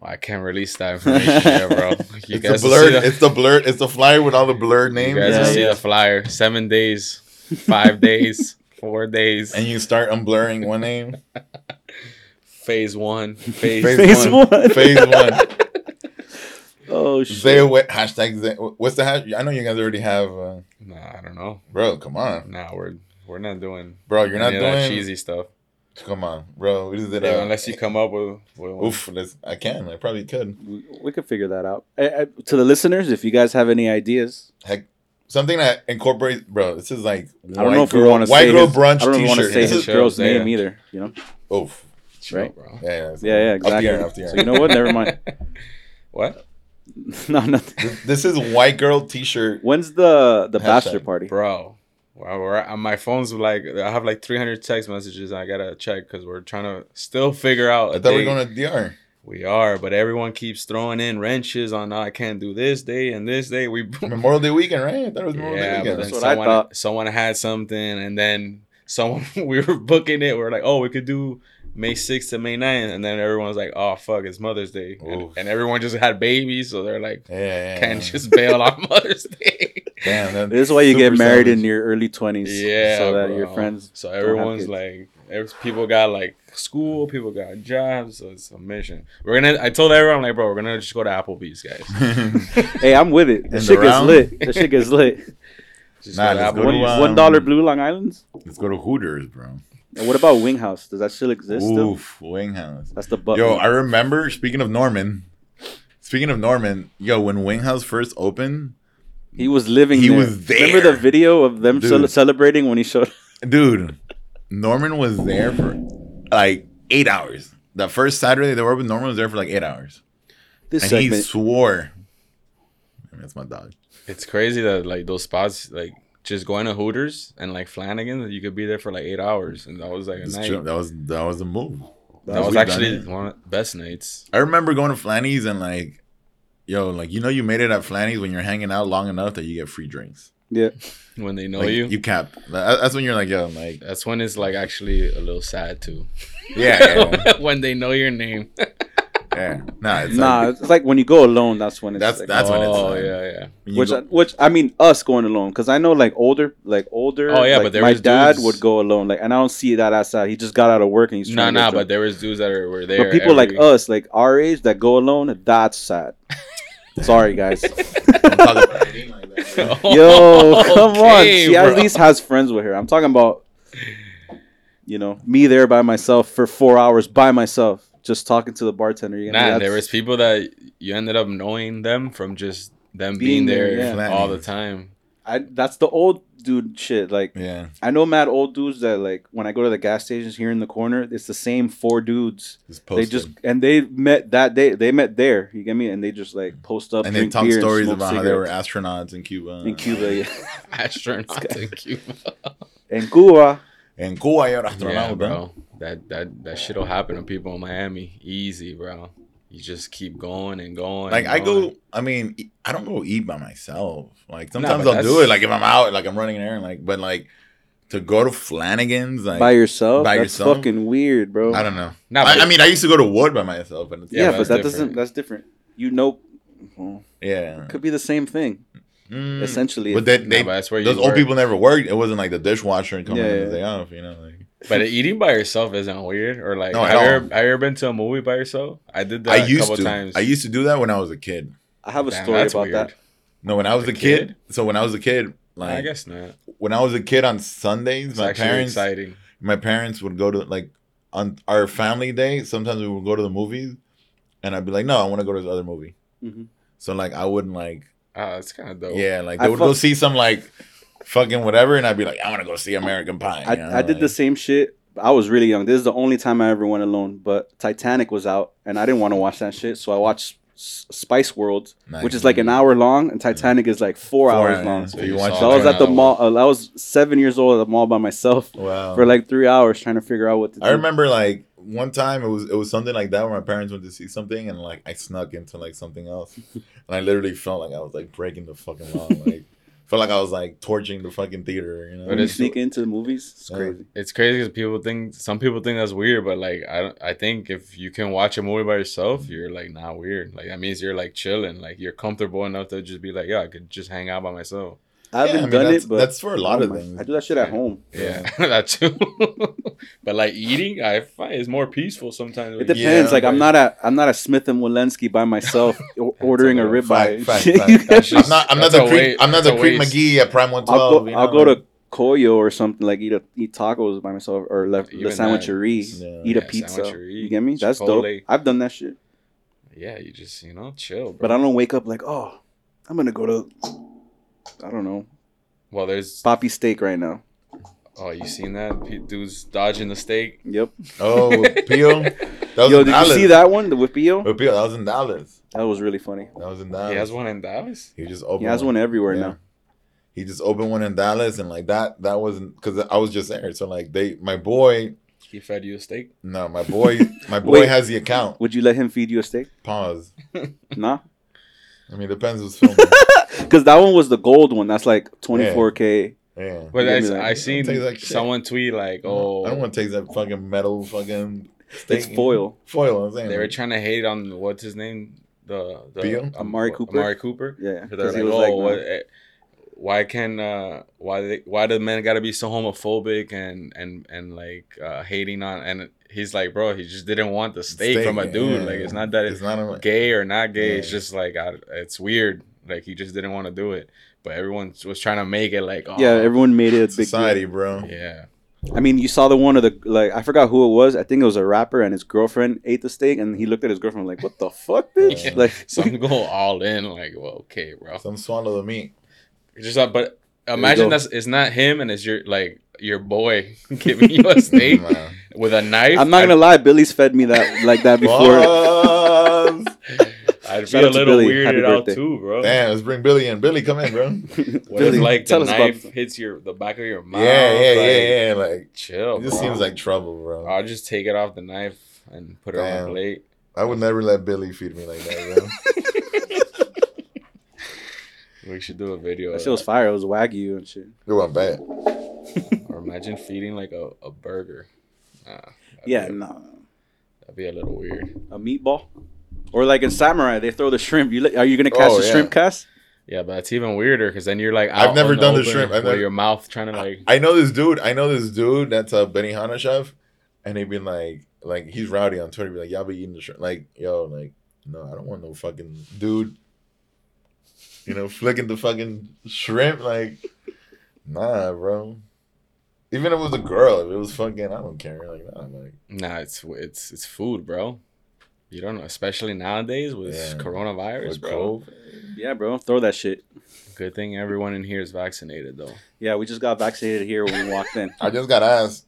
I can't release that information here, bro. You
it's
guys
a
will see
blurred.
the-
It's the blurred. It's the flyer with all the blurred
You
names.
guys
Yeah,
will see
yeah.
the flyer. Seven days, five days, four days.
And you start unblurring one name.
phase one, phase,
Phase
Phase
one.
one.
Phase one.
Oh
Zay
shit!
away. Hashtag Zay. What's the hash? I know you guys already have. Uh,
Nah, I don't know.
bro, come on,
Nah, we're we're not doing.
bro. You're not
any of
doing.
that cheesy stuff.
Come on, bro. What is it?
Yeah,
uh,
unless you come up with, with one.
Oof. Let's, I can. I probably could.
We, we could figure that out. Eh, eh, to the listeners, if you guys have any ideas,
Heck, something that incorporates, bro. This is like
I don't know if we want to
white
say
girl
his,
brunch
I don't want to
t-shirt.
say
This
his
is,
Shows,
girl's
yeah.
name either. You know?
oof.
Chill,
right?
bro.
Yeah, yeah, it's-
Yeah, yeah,
up the
exactly.
air, up the air.
So you know what? Never mind.
What,
no, nothing.
This is white girl t-shirt.
When's the the
Hashtag.
bachelor party?
bro? Wow, we're, uh, my phone's like I have like 300 text messages. I gotta check because we're trying to still figure out.
I
A
thought we
date.
were going to DR.
We are, but everyone keeps throwing in wrenches on. "Oh, I can't do this day and this day. We
Memorial Day weekend, right? I thought it was Memorial
yeah,
Day
but then
weekend.
what I
someone,
thought.
someone had something, and then someone we were booking it. We are like, oh, we could do May 6th to May 9th, and then everyone was like, oh fuck, it's Mother's Day, and,
Oof.
and everyone just had babies, so they're like,
Yeah, yeah, yeah.
can't just bail on Mother's Day.
Damn, that-
This is why you
super
get married
savage.
in your early twenties.
yeah,
so that
bro.
your friends.
So
have
everyone's
kids.
like, every, people got like school, people got jobs, so it's a mission. We're gonna. I told everyone like, bro, we're gonna just go to Applebee's, guys.
Hey, I'm with it. That
the
shit gets
round?
lit. That shit gets lit.
Just
Nah,
go to
let's go
Applebee's.
to,
One
um,
one dollar Blue Long Islands.
Let's go to Hooters, bro.
And what about Winghouse? Does that still exist? Still?
Oof, Winghouse.
That's the butt.
Yo, I remember. Speaking of Norman, speaking of Norman, yo, when Winghouse first opened,
he was living.
He
there.
was
Remember
there.
the video of them cel-
Dude.
celebrating when he showed?
dude, Norman was there for like eight hours. That first Saturday they were open, Norman was there for like eight hours,
This
and he
segment.
swore. I mean, that's my dog.
It's crazy that like those spots, like just going to Hooters and like Flanagan's, you could be there for like eight hours, and that was like a
It's
night.
true. That was that was a move.
That
We've
was
done
actually
it.
one of the best nights.
I remember going to Flanny's and like, yo, like you know, you made it at Flanny's when you're hanging out long enough that you get free drinks.
yeah.
When they know
Like,
Oh, you,
you cap. That- That's when you're like, yo, like,
that's when it's like actually a little sad too.
yeah, yeah,
when they know your name.
yeah. Nah, it's
Nah,
like-
it's like when you go alone. That's when it's
That's-
like,
that's- when it's
oh
sad.
yeah, yeah.
when you
which
go-
which I mean us going alone because I know like older like older.
Oh, yeah,
like,
but there
my
was
dad
dudes-
would go alone like, and I don't see that outside. He just got out of work and he's
No,
trying
no,
to get
but
drunk.
there was dudes that are, were there.
but people
every-
like us like our age that go alone that's sad. Sorry guys.
I'm talking about eating like that.
"Oh, Yo, come on.
Okay,
She at
bro.
least has friends with her. I'm talking about, you know, me there by myself for four hours by myself, just talking to the bartender. You know,
Nah,
that's-
there was people that you ended up knowing them from just them
Being
being,
there,
there,
yeah.
all the time.
I, that's the old dude shit. Like
Yeah.
I know mad old dudes that like when I go to the gas stations here in the corner, it's the same four dudes.
Just
They
posted.
just and they met that day. They met there. You get me? And they just like post up
and
and
they
drink
talk
beer
stories
and
about how they uh, were astronauts in Cuba.
in Cuba. Yeah.
Astronauts in Cuba.
And Cuba.
In Cuba, you're astronaut,
Yeah,
bro.
bro. That that that shit'll happen to people in Miami. Easy, bro. You just keep going and going.
Like
and
I
going.
go, I mean, e- I don't go eat by myself. Like
Nah,
sometimes
but
I'll do
that's-
it. Like if I'm out, like I'm running an errand, like but like to go to Flanagan's, like
by yourself.
by
that's
yourself?
fucking weird, bro.
I don't know.
Nah,
I,
but-
I mean, I used to go to Wood by myself, and it's,
yeah,
Yeah,
but
that's
that
different.
doesn't. That's different. You know, well,
yeah,
could be the same thing
Mm.
essentially.
But they,
Nah,
they
but that's where you
those old
work.
people never worked. It wasn't like the dishwasher coming
Yeah,
in
yeah.
the day off, you know. Like
But eating by yourself isn't weird, or like
No, at
have, you
all.
ever, have you ever been to a movie by yourself? I did that
I
a
used
couple
to,
times.
I used to do that when I was a kid.
I have a
Damn,
story
that's
about
weird.
that.
No, when I was a, kid?
kid?
So when I was a kid, like
I guess not.
when I was a kid on Sundays,
It's
my
actually
parents
exciting.
my parents would go to like on our family day. Sometimes we would go to the movies, and I'd be like, "No, I want to go to this other movie."
Mhm.
So like, I wouldn't like,
Ah, it's kind of dope.
yeah, like
I
they would go
fuck-
see some like fucking whatever, and I'd be like, "I want to go see American Pie."
I,
you know,
I did
like-
the same shit. I was really young. This is the only time I ever went alone. But Titanic was out, and I didn't want to watch that shit, so I watched S- Spice World,
Nice.
which is like an hour long, and Titanic is like four,
Four
hours long.
hours.
So
So you
you
watch
saw
it
I was
that.
at the
Wow.
mall. uh, I was seven years old at the mall by myself
Wow.
for like three hours trying to figure out what to do.
I remember like one time it was it was something like that where my parents went to see something and like I snuck into like something else, and I literally felt like I was like breaking the fucking law, like felt like I was like torching the fucking theater. You know,
But
When you
it's-
sneak into the movies, it's crazy.
It's crazy because people think some people think that's weird, but like I don't- I think if you can watch a movie by yourself, you're like not weird. Like that means you're like chilling, like you're comfortable enough to just be like, yeah, I could just hang out by myself.
I haven't
I mean,
done
that's-
it, but
that's for a lot
Oh
of
my-
things.
I do that shit at home.
Yeah, that too. but like eating, I find it's more peaceful sometimes.
It
when you-
depends.
Yeah,
like I'm
but-
not at I'm not at Smith and Walensky by myself o- ordering a
That's a
ribeye.
Fact, fact, fact.
That's just-
I'm not. I'm not the
that's a
creep.
wa-
I'm not
that's
the
a
creep
waste.
McGee at Prime One
I'll
Twelve.
go I'll go to Koyo or something like eat a, eat tacos by myself or left the
Even that,
sandwichery,
yeah,
eat a
yeah,
pizza.
sandwichery,
You get me? That's dope.
Chipotle.
I've done that shit,
Yeah, you just you know chill, bro.
but I don't wake up like oh, I'm gonna go to I don't know
well, there's
Poppy Steak right now.
oh, you seen that P- dude's dodging the steak?
Yep.
Oh, Pio. That was
Yo,
in
did you
Dallas.
see that one? The Whippio?
With Pio, that was in Dallas.
That was really funny.
That was in
Uh,
Dallas.
He has one in Dallas.
He just opened.
He has one everywhere
Oh, Yeah.
now.
He just opened one in Dallas, and like that. That wasn't because I was just there. So like they, my boy.
He fed you a steak.
No, my boy. My boy
Wait.
has the account.
Would you let him feed you a steak?
Pause.
Nah.
I mean, depends who's filming.
Because that one was the gold one. That's like 24K.
Yeah.
But
You
I,
give me that. Uh-huh.
I seen
Tastes like shit.
someone tweet like, "Oh,
I don't want to take that fucking metal fucking.
It's
steak.
foil.
Foil. I'm saying.
they were trying to hate on what's his name, the, the
Beal?
Am-
Amari Cooper?
Amari Cooper.
Yeah,
'Cause they're
'cause he
like,
was
oh,
like,
what,
no."
eh, why can uh, why they, why do men got to be so homophobic and and and like uh, hating on and he's like, bro, he just didn't want the steak,
Steak,
from a dude.
yeah.
Like it's not that it's,
It's not a-
gay or not gay. It's
Yeah.
just like I, it's weird. Like he just didn't want to do it. But everyone was trying to make it like, oh,
Yeah, everyone made it a big deal.
society, bro.
yeah.
I mean, you saw the one of the like I forgot who it was. I think it was a rapper and his girlfriend ate the steak, and he looked at his girlfriend like, "What the fuck, bitch!"
Yeah.
Like,
Some go all in. Like, well, okay, bro.
Some swallow the meat.
Just uh, but
you
imagine
go.
that's it's not him and it's your like your boy giving you a steak
Nah.
with a knife.
I'm not gonna lie, Billy's fed me that like that before.
Pause.
I'd, I'd
Shout
be a
out to
little
Billy. Happy
weirded out
birthday.
too, bro.
Damn, let's bring Billy in. Billy, come in, bro.
What if
Billy,
like the
tell us about-
knife hits your the back of your mouth?
yeah, yeah,
like,
yeah, yeah. Like,
Chill.
it just
bro.
seems like trouble, bro.
I'll just take it off the knife and put it on
Damn.
a plate.
I would never let Billy feed me like that, bro.
We should do a video.
that
of
shit was
That
fire. It was wagyu and shit.
it wasn't bad.
or imagine feeding like a, a burger. Nah, that'd
Yeah,
be,
no,
that'd be a little weird.
a meatball, or like in Samurai, they throw the shrimp. You li- are you gonna catch
Oh,
the
yeah.
shrimp cast?
Yeah, but that's even weirder because then you're like,
I've
out
never
on
done the
open
shrimp. I've
with
never-
your mouth trying to like.
I know this dude. I know this dude that's a Benihana chef, and they've been like, like he's rowdy on Twitter. Be like, y'all be eating the shrimp. Like, yo, like, no, I don't want no fucking dude. You know, flicking the fucking shrimp. Like, nah, bro. Even if it was a girl, if it was fucking, I don't care. Like, nah, like,
Nah, it's it's it's food, bro. You don't know, especially nowadays with
Yeah.
coronavirus,
with
bro.
COVID.
Yeah, bro, throw that shit.
Good thing everyone in here is vaccinated, though.
Yeah, we just got vaccinated here when we walked in.
I just got asked.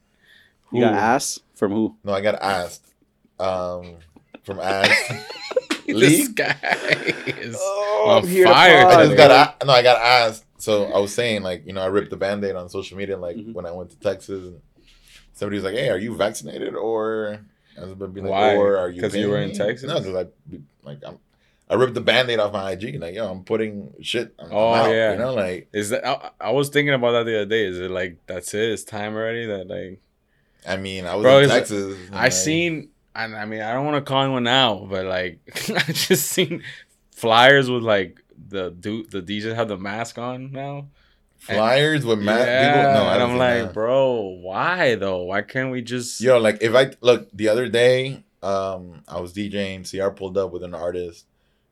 You got
Who?
ass from who?
No, I got asked. Um, from asked. Lee?
This guy is
Oh,
on
I'm here to
fire.
party.
I
today.
just got a- no, I got asked. So I was saying like, you know, I ripped the band-aid on social media like
Mm-hmm.
Mhm.
when I went to Texas and somebody was like, Hey, are you vaccinated or I was about to be like,
Why?
or are you
'Cause you were in
vaccinated?"
Texas?
No, because I like I'm I ripped the band-aid off my IG. Like, yo, I'm putting shit I'm, I'm
Oh,
out,
yeah.
You know, like
Is that I, I was thinking about that the other day. Is it like that's it? It's time already. That like
I mean I was
Bro,
in
it's-
Texas. and,
I
like,
seen. I, I mean, I don't want to call anyone out, but like I just seen flyers with like the dude, the DJs have the mask on now.
flyers with Matt
yeah,
people. No, I uh,
and
don't
I'm
like
like, bro, why though? Why can't we just?
Yo, like if I look the other day, um, I was DJing, CR pulled up with an artist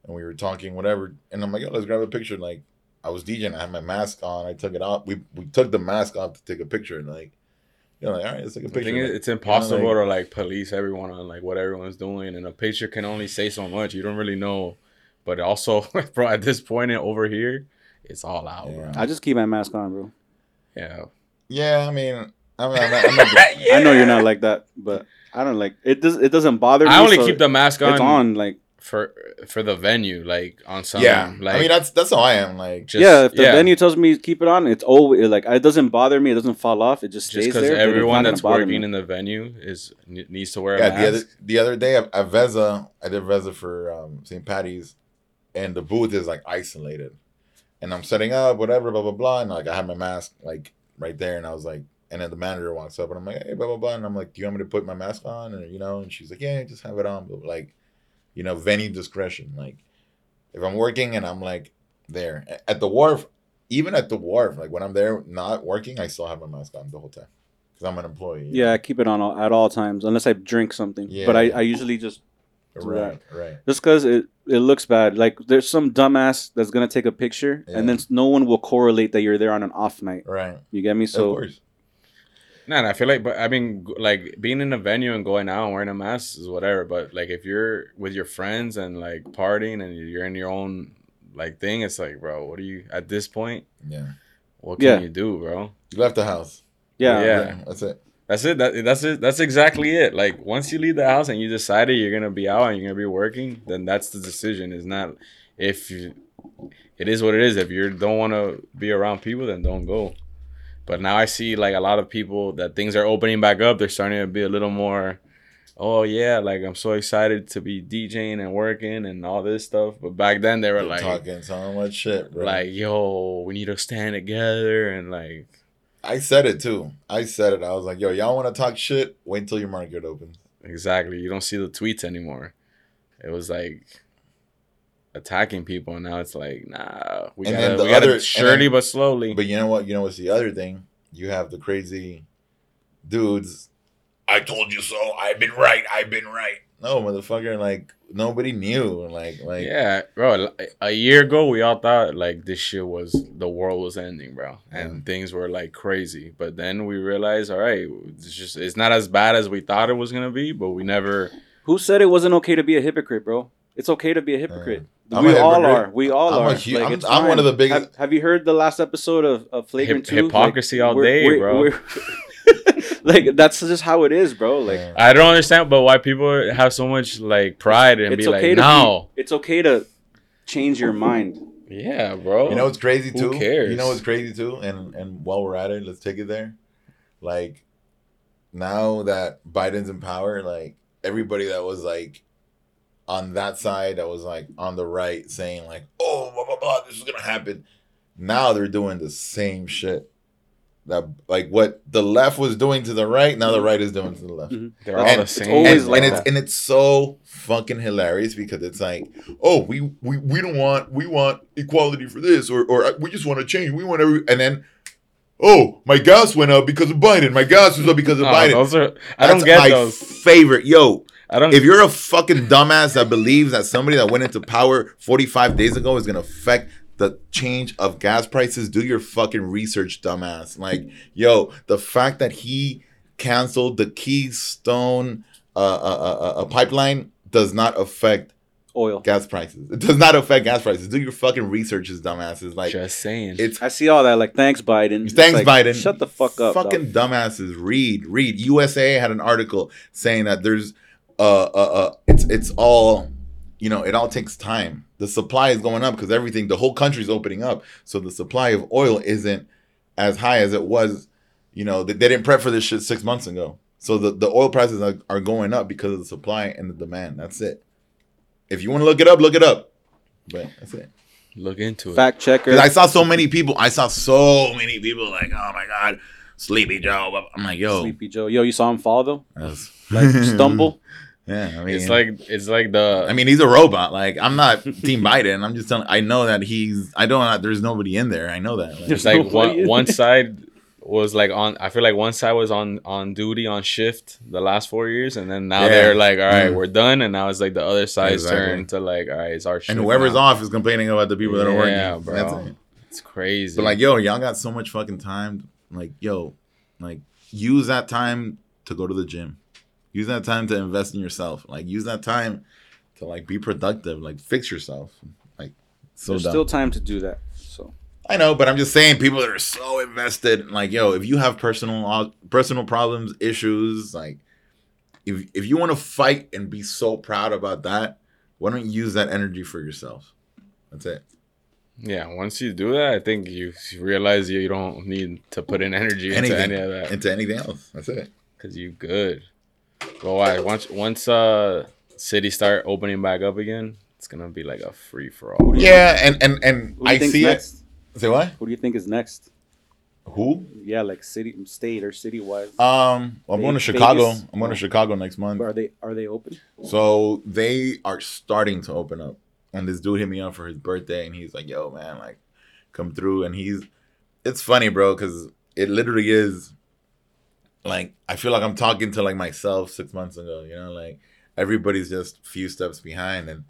and we were talking, whatever, and I'm like, yo, let's grab a picture. Like I was DJing, I had my mask on, I took it off. We we took the mask off to take a picture and like you know, like, all right, let's take a
The
picture.
thing is,
Like,
it's impossible
you know, like,
to like police everyone on like what everyone's doing, and a picture can only say so much. You don't really know, but also, bro, at this point and over here, it's all out, bro.
Yeah.
I just keep my mask on, bro.
Yeah,
yeah, I mean I'm not, I'm not, I'm not the-
I know you're not like that, but I don't like it. Does it doesn't bother me?
I only
so
keep the mask on,
It's on, like
for for the venue, like on some.
Yeah.
like
I mean that's that's how I am. Like
just,
yeah. If the venue tells me to keep it on, it's always like it doesn't bother me. It doesn't fall off. It just
just
stays
because
there. but it's
everyone
not gonna
that's
bother me.
working in the venue is n- needs to wear a
yeah,
mask.
the other the other day at, at Veza, I did Veza for um, St. Patty's, and the booth is like isolated, and I'm setting up, whatever, blah blah blah. And like I had my mask like right there, and I was like, and then the manager walks up, and I'm like, hey, blah blah blah, and I'm like, do you want me to put my mask on, and you know, and she's like, yeah, just have it on, but like, you know, venue discretion. Like, if I'm working and I'm like there A- at the wharf, even at the wharf, like when I'm there not working, I still have my mask on the whole time because I'm an employee. you
Yeah, I keep it on all, at all times unless I drink something. But I,
Yeah.
I usually just
know? right, right.
just because it it looks bad. Like there's some dumbass that's gonna take a picture
Yeah.
and then s- no one will correlate that you're there on an off night.
Right.
You get me?
of
So
course.
Nah, nah, I feel like, but I mean, g- like being in a venue and going out and wearing a mask is whatever. But like, if you're with your friends and like partying and you're in your own like thing, it's like, bro, what do you at this point?
Yeah.
What can
Yeah.
you do, bro?
You left the house.
yeah,
Yeah.
That's it.
That's it. That, that's it. That's exactly it. Like once you leave the house and you decided you're gonna be out and you're gonna be working, then that's the decision. It's not if you, it is what it is. If you don't want to be around people, then don't go. But now I see like a lot of people that things are opening back up. They're starting to be a little more. Oh yeah, like I'm so excited to be DJing and working and all this stuff. But back then they were
You're
like,
talking so much shit, bro.
like yo, we need to stand together and like
I said it too. I said it. I was like, yo, y'all want to talk shit? Wait till your market opens.
Exactly. You don't see the tweets anymore. It was like attacking people, and now it's like, nah, we
And
gotta,
then the
we gotta
other- and
surely
then-
but slowly.
But you know what? You know what's the other thing? You have the crazy dudes. I told you so. I've been right. I've been right. No, motherfucker. Like nobody knew. Like, like
yeah, bro. li- A year ago, we all thought like this shit was the world was ending, bro, and
Yeah.
things were like crazy. But then we realized, all right, it's just it's not as bad as we thought it was gonna be. But we never.
who said it wasn't okay to be a hypocrit, bro? It's okay to be a hypocrite.
I'm
we
a
all
hypocrite.
are. We all
I'm a
are.
hu-
like,
I'm-
it's
I'm one
fine.
of the biggest-
Have, have you heard the last episode of, of Flagrant
Hip-
Two?
hypocrisy all day, bro.
like that's just how it is, bro. Like
yeah.
I don't understand, but why people have so much like pride and
it's
be
okay
like,
to
no,
be, it's okay to change your mind.
yeah, bro.
You know what's crazy
Who
too?
cares?
You know what's crazy too? And and while we're at it, let's take it there. Like now that Biden's in power, like everybody that was like on that side that was like on the right saying like, oh blah blah blah, this is gonna happen. Now they're doing the same shit. That like what the left was doing to the right, now
Mm-hmm.
the right is doing to the left.
Mhm.
They're
And
all the
it's
same.
always
bro.
and,
like
and it's
that.
and it's so fucking hilarious because it's like oh we we, we don't want we want equality for this or or we just want to change we want every and then oh my gas went up because of biden my gas was up because of
Oh,
biden
those are I don't
That's
get
my
those.
favorite yo
I don't.
if you're a fucking dumbass that believes that somebody that went into power 45 days ago is gonna affect the change of gas prices, do your fucking research, dumbass. Like, yo, the fact that he canceled the Keystone uh, uh, uh, uh, pipeline does not affect
Oil.
gas prices. It does not affect gas prices. Do your fucking research, dumbasses. Like,
just saying.
it's
I see all that. Like, thanks, Biden. It's
Thanks,
like,
Biden.
Shut the fuck up.
Fucking
dog.
dumbasses. Read, read. USA had an article saying that there's uh uh, uh it's it's all you know it all takes time. The supply is going up because everything the whole country's opening up, so the supply of oil isn't as high as it was. You know they, they didn't prep for this shit six months ago, so the the oil prices are, are going up because of the supply and the demand. That's it. If you want to look it up, look it up. But that's it.
Look into it.
fact checker.
Because I saw so many people. I saw so many people like, oh my god, Sleepy Joe. I'm like, yo,
Sleepy Joe. Yo, you saw him fall though?
that's-
Like, stumble.
Yeah, I mean,
It's like it's like the.
I mean, he's a robot. Like, I'm not Team Biden. I'm just telling. I know that he's. I don't. There's nobody in there. I know that. Like,
it's like
nobody in
one one
there.
side was like on. I feel like one side was on on duty on shift the last four years, and then now
Yeah.
they're like, all right,
Mm.
we're done, and now it's like the other side's
Exactly.
turn to like, all right, it's our shift.
and whoever's
now.
off is complaining about the people that are working.
Yeah,
And
bro.
That's it.
it's crazy.
But like, yo, y'all got so much fucking time. Like, yo, like use that time to go to the gym. Use that time to invest in yourself. Like, use that time to like be productive. Like, fix yourself. Like, so
There's
dumb.
still time to do that. So
I know, but I'm just saying, people that are so invested, like yo, if you have personal uh, personal problems, issues, like if if you want to fight and be so proud about that, why don't you use that energy for yourself? That's it.
yeah, once you do that, I think you realize you, you don't need to put in energy into
Anything
any of that.
into anything else. That's it.
Cause you good. But why? Once once uh cities start opening back up again, it's gonna be like a free for all.
Yeah, and and and
who do you
I
think's
see it.
next?
Say what?
Who do you think is next?
Who?
Yeah, like city, state, or city wise.
Um, well, I'm going to
Vegas.
Chicago. I'm going to Chicago next month.
are they are they open?
So they are starting to open up. And this dude hit me up for his birthday and he's like, yo, man, like, come through. And he's, it's funny, bro, because it literally is like, I feel like I'm talking to like myself six months ago, you know, like everybody's just few steps behind. And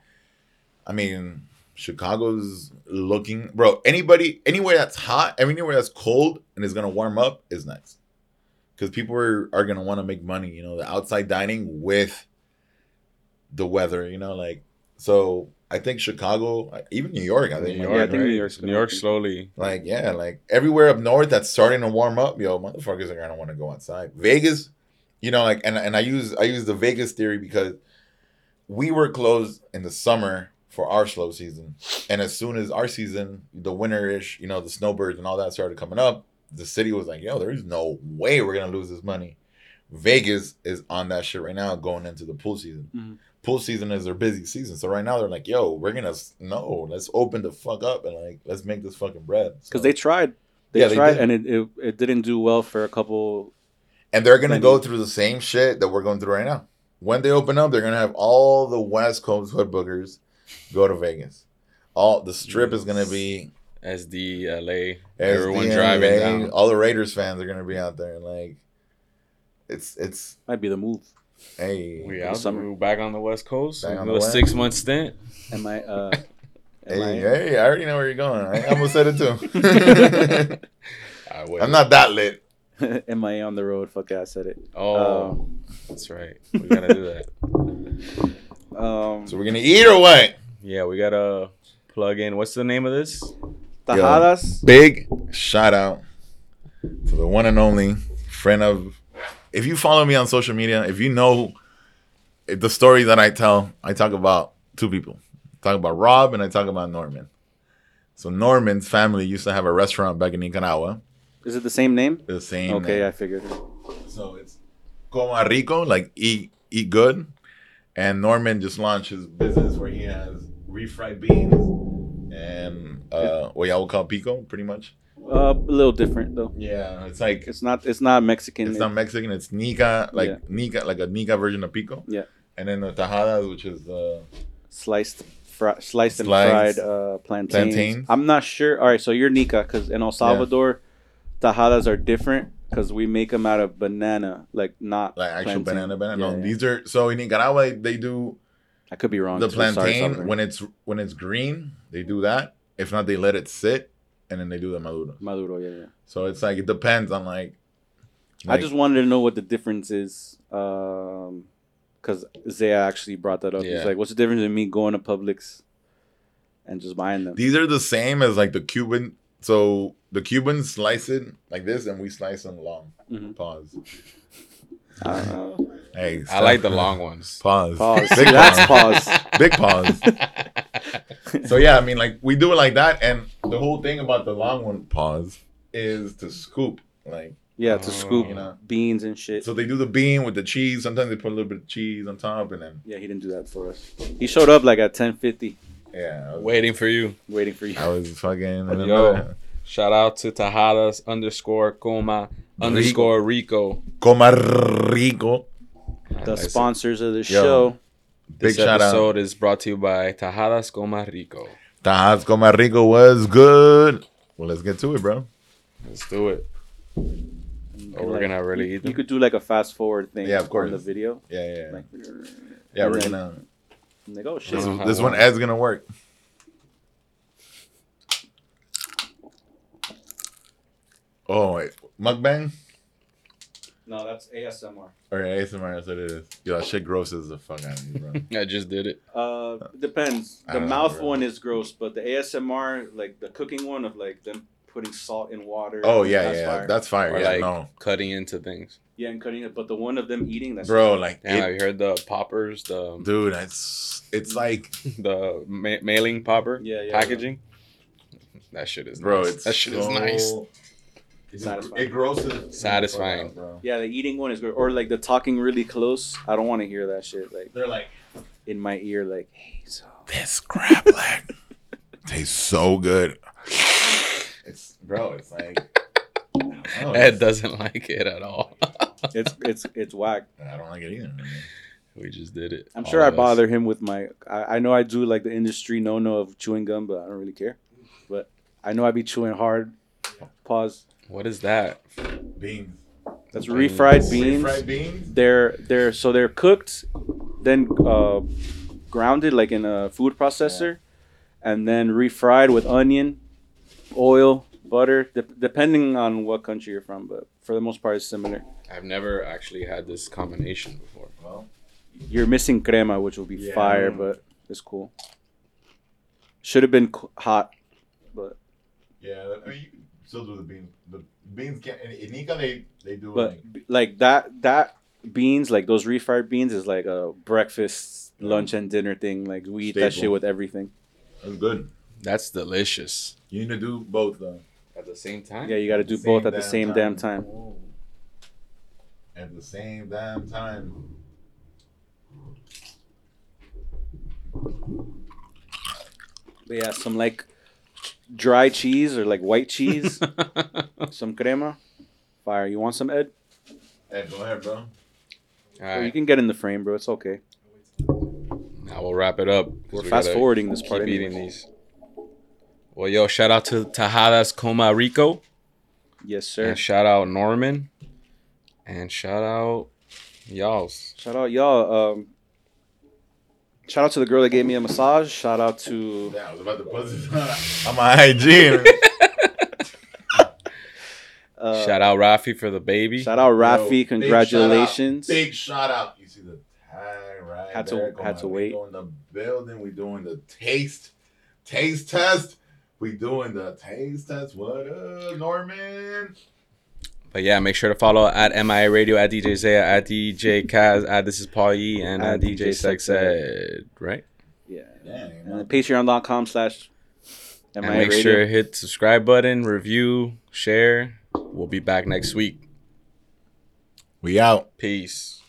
I mean, Chicago's looking, bro, anybody, anywhere that's hot, anywhere that's cold and is going to warm up is nice. Because people are, are going to want to make money, you know, the outside dining with the weather, you know, like so. I think Chicago, uh, even New York, I think,
New
might be
York,
Yeah, I think
right?
New York's gonna
New York
open.
slowly.
like yeah, like everywhere up north that's starting to warm up, yo, motherfuckers are gonna want to go outside. Vegas, you know, like and and I use I use the Vegas theory because we were closed in the summer for our slow season, and as soon as our season, the winter ish, you know, the snowbirds and all that started coming up, the city was like, yo, there's no way we're gonna lose this money. Vegas is on that shit right now, going into the pool season.
Mm-hmm.
Mhm.
Pool season is their busy season, so right now they're like, "Yo, we're gonna s- no, let's open the fuck up and like let's make this fucking bread." So-
Because they tried, they
Yeah, they
tried,
did.
and it, it it didn't do well for a couple.
And they're gonna
Maybe.
go through the same shit that we're going through right now. When they open up, they're gonna have all the West Coast hood boogers go to Vegas. All the strip is gonna be
SD, LA, everyone
everyone
driving down.
All the Raiders fans are gonna be out there, and like, it's it's
Might be the move.
hey,
We
hey,
out.
summer.
We back on the West Coast.
Back on
little
the West.
six month stint.
Am I? Uh, am I-
hey, I already know where you're going. I almost said it too.
I will.
I'm not that lit.
Am I on the road? Fuck yeah, I said it.
Oh,
Uh,
that's right. We gotta do that.
Um,
So we're gonna eat or what?
Yeah, we gotta plug in. What's the name of this?
Tajadas.
Big shout out to the one and only friend of. If you follow me on social media, if you know the story that I tell, I talk about two people. I talk about Rob and I talk about Norman. So Norman's family used to have a restaurant back in Nicaragua.
Is it the same name?
The same.
Okay,
name.
I figured.
So it's Coma Rico, like eat eat good. And Norman just launched his business where he has refried beans and uh, what y'all would call pico, pretty much.
Uh, a little different though.
Yeah, it's like
It's not. It's not Mexican.
It's not Mexican. It's Nica, like
Yeah.
Nica, like a Nica version of pico.
Yeah.
And then the tajadas, which is uh,
sliced, fr- sliced and
Sliced.
fried uh, plantains.
Plantains.
I'm not sure. All right, so you're Nica because in El Salvador, tajadas are different because we make them out of banana, like not
like actual
plantain.
banana banana.
Yeah,
no,
yeah. Oh,
these are so in Nicaragua they do
I could be wrong.
the
too. Sorry,
plantain
Salvador.
when it's when it's green. They do that. If not, they let it sit, and then they do the maduro.
Maduro. Yeah, yeah.
So it's like it depends on like.
I
like-
just wanted to know what the difference is, because Zaya actually brought that up.
Yeah.
He's like, "What's the difference in me going to Publix and just buying them?"
these are the same as like the Cuban. So the Cubans slice it like this, and we slice them long.
Mhm.
Pause.
Uh,
Hey,
Mm-hmm. I like the long ones.
pause.
pause.
Big
That's
pause.
pause.
big pause. so yeah, I mean, like we do it like that, and the whole thing about the long one pause is to scoop. Like,
Yeah, to
Oh,
scoop
you know.
beans and shit.
so they do the bean with the cheese. Sometimes they put a little bit of cheese on top, and then
Yeah, he didn't do that for us. He showed up like at ten fifty,
yeah, I was,
Waiting for you.
waiting for you.
I was fucking.
Yo. Shout out to Tajadas underscore Coma underscore Rico.
Coma rico.
The
Nice.
sponsors of the
Yo.
show.
Big
This
shout out.
episode is brought to you by Tajadas Coma Rico.
Tajas Coma rico was good. Well, let's get to it, bro.
Let's do it. Oh, we're
Like,
gonna really eat
You
them.
could do like a fast forward thing.
Yeah, of course.
On the video.
Yeah, yeah, yeah.
Like,
yeah we're
then-
gonna.
I'm like, oh shit.
This,
Uh-huh.
this one ad's gonna work. Oh, wait. mukbang.
No, that's ASMR.
Or ASMR, that's what it is. Yo, that shit grosses the fuck out of me, bro.
I just did it.
Uh, depends.
I
The
don't know,
mouth
bro.
one is gross, but the ASMR, like the cooking one of like them putting salt in water.
Oh yeah,
that's
yeah,
fire.
that's fire.
Or
yeah,
like
no,
cutting into things.
yeah, and cutting it. But the one of them eating that's
bro, like,
Damn, have
it,
you heard the poppers, the
dude, it's it's like,
the ma- mailing popper
Yeah, yeah,
packaging? That shit is
bro,
nice.
it's
that shit
so-
is nice.
It's,
Satisfying.
it grosses.
Satisfying.
Fuck out, bro.
Yeah, the eating one is great. Or like the talking really close. I don't want to hear that shit like
They're like,
in my ear. Like, hey, so
this crab leg tastes so good. bro, it's like. I don't know,
Ed doesn't like it at all.
It's it's it's whack.
I don't like it either. man.
we just did it.
I'm
All
sure
of
I
us.
bother him with my. I, I know I do like the industry no no of chewing gum, but I don't really care. But I know I be chewing hard. Pause.
What is that?
Beans.
That's refried beans.
Refried beans?
They're they're so they're cooked, then uh, grounded like in a food processor, and then refried with onion, oil, butter, de- depending on what country you're from. But for the most part, it's similar.
I've never actually had this combination before.
Well,
You're missing crema, which will be
Yeah.
fire, but it's cool. Should have been co- hot, but
yeah. that- I mean, you can still do the beans. The beans can in, in Ica they they do like
but b- like that that beans like those refried beans is like a breakfast, lunch, and dinner thing. Like we eat that
Staple.
shit with everything.
it's good.
That's delicious.
You need to do both though.
At the same time?
Yeah, you got to do both at the same damn time.
At the same damn time.
But yeah, some like dry cheese or like white cheese, some crema, fire. You want some Ed?
Hey, go ahead, bro.
All
Or you
right.
can get in the frame, bro. It's okay.
Now we'll wrap it up. 'cause
We're
we
fast
gotta
forwarding this
Keep
part.
eating
anyway.
these. Well, yo, shout out to Tajadas Coma Rico.
Yes, sir.
And shout out Norman. And shout out y'all's.
Shout out y'all. Um, shout out to the girl that gave me a massage. Shout out to
Yeah, I was about to post this on my IG.
uh,
shout out Rafi for the baby.
shout out
Yo,
Rafi.
big
Congratulations.
shout out. Big shout out. You see the tag right
Had to-
there. Come
had
on,
to
we
wait.
Doing the building. We doing the taste taste test. We doing the taste test. What up, Norman?
But yeah, make sure to follow at MIA Radio, at DJ Zaya, at DJ Kaz, at This Is Paul Yee, and at,
At
DJ,
DJ
Sex
Sex Ed.
Ed, right?
Yeah.
Dang,
And
man.
Patreon.com slash
And
MIA
make
Radio.
sure to hit subscribe button, review, share. We'll be back next week.
we out.
Peace.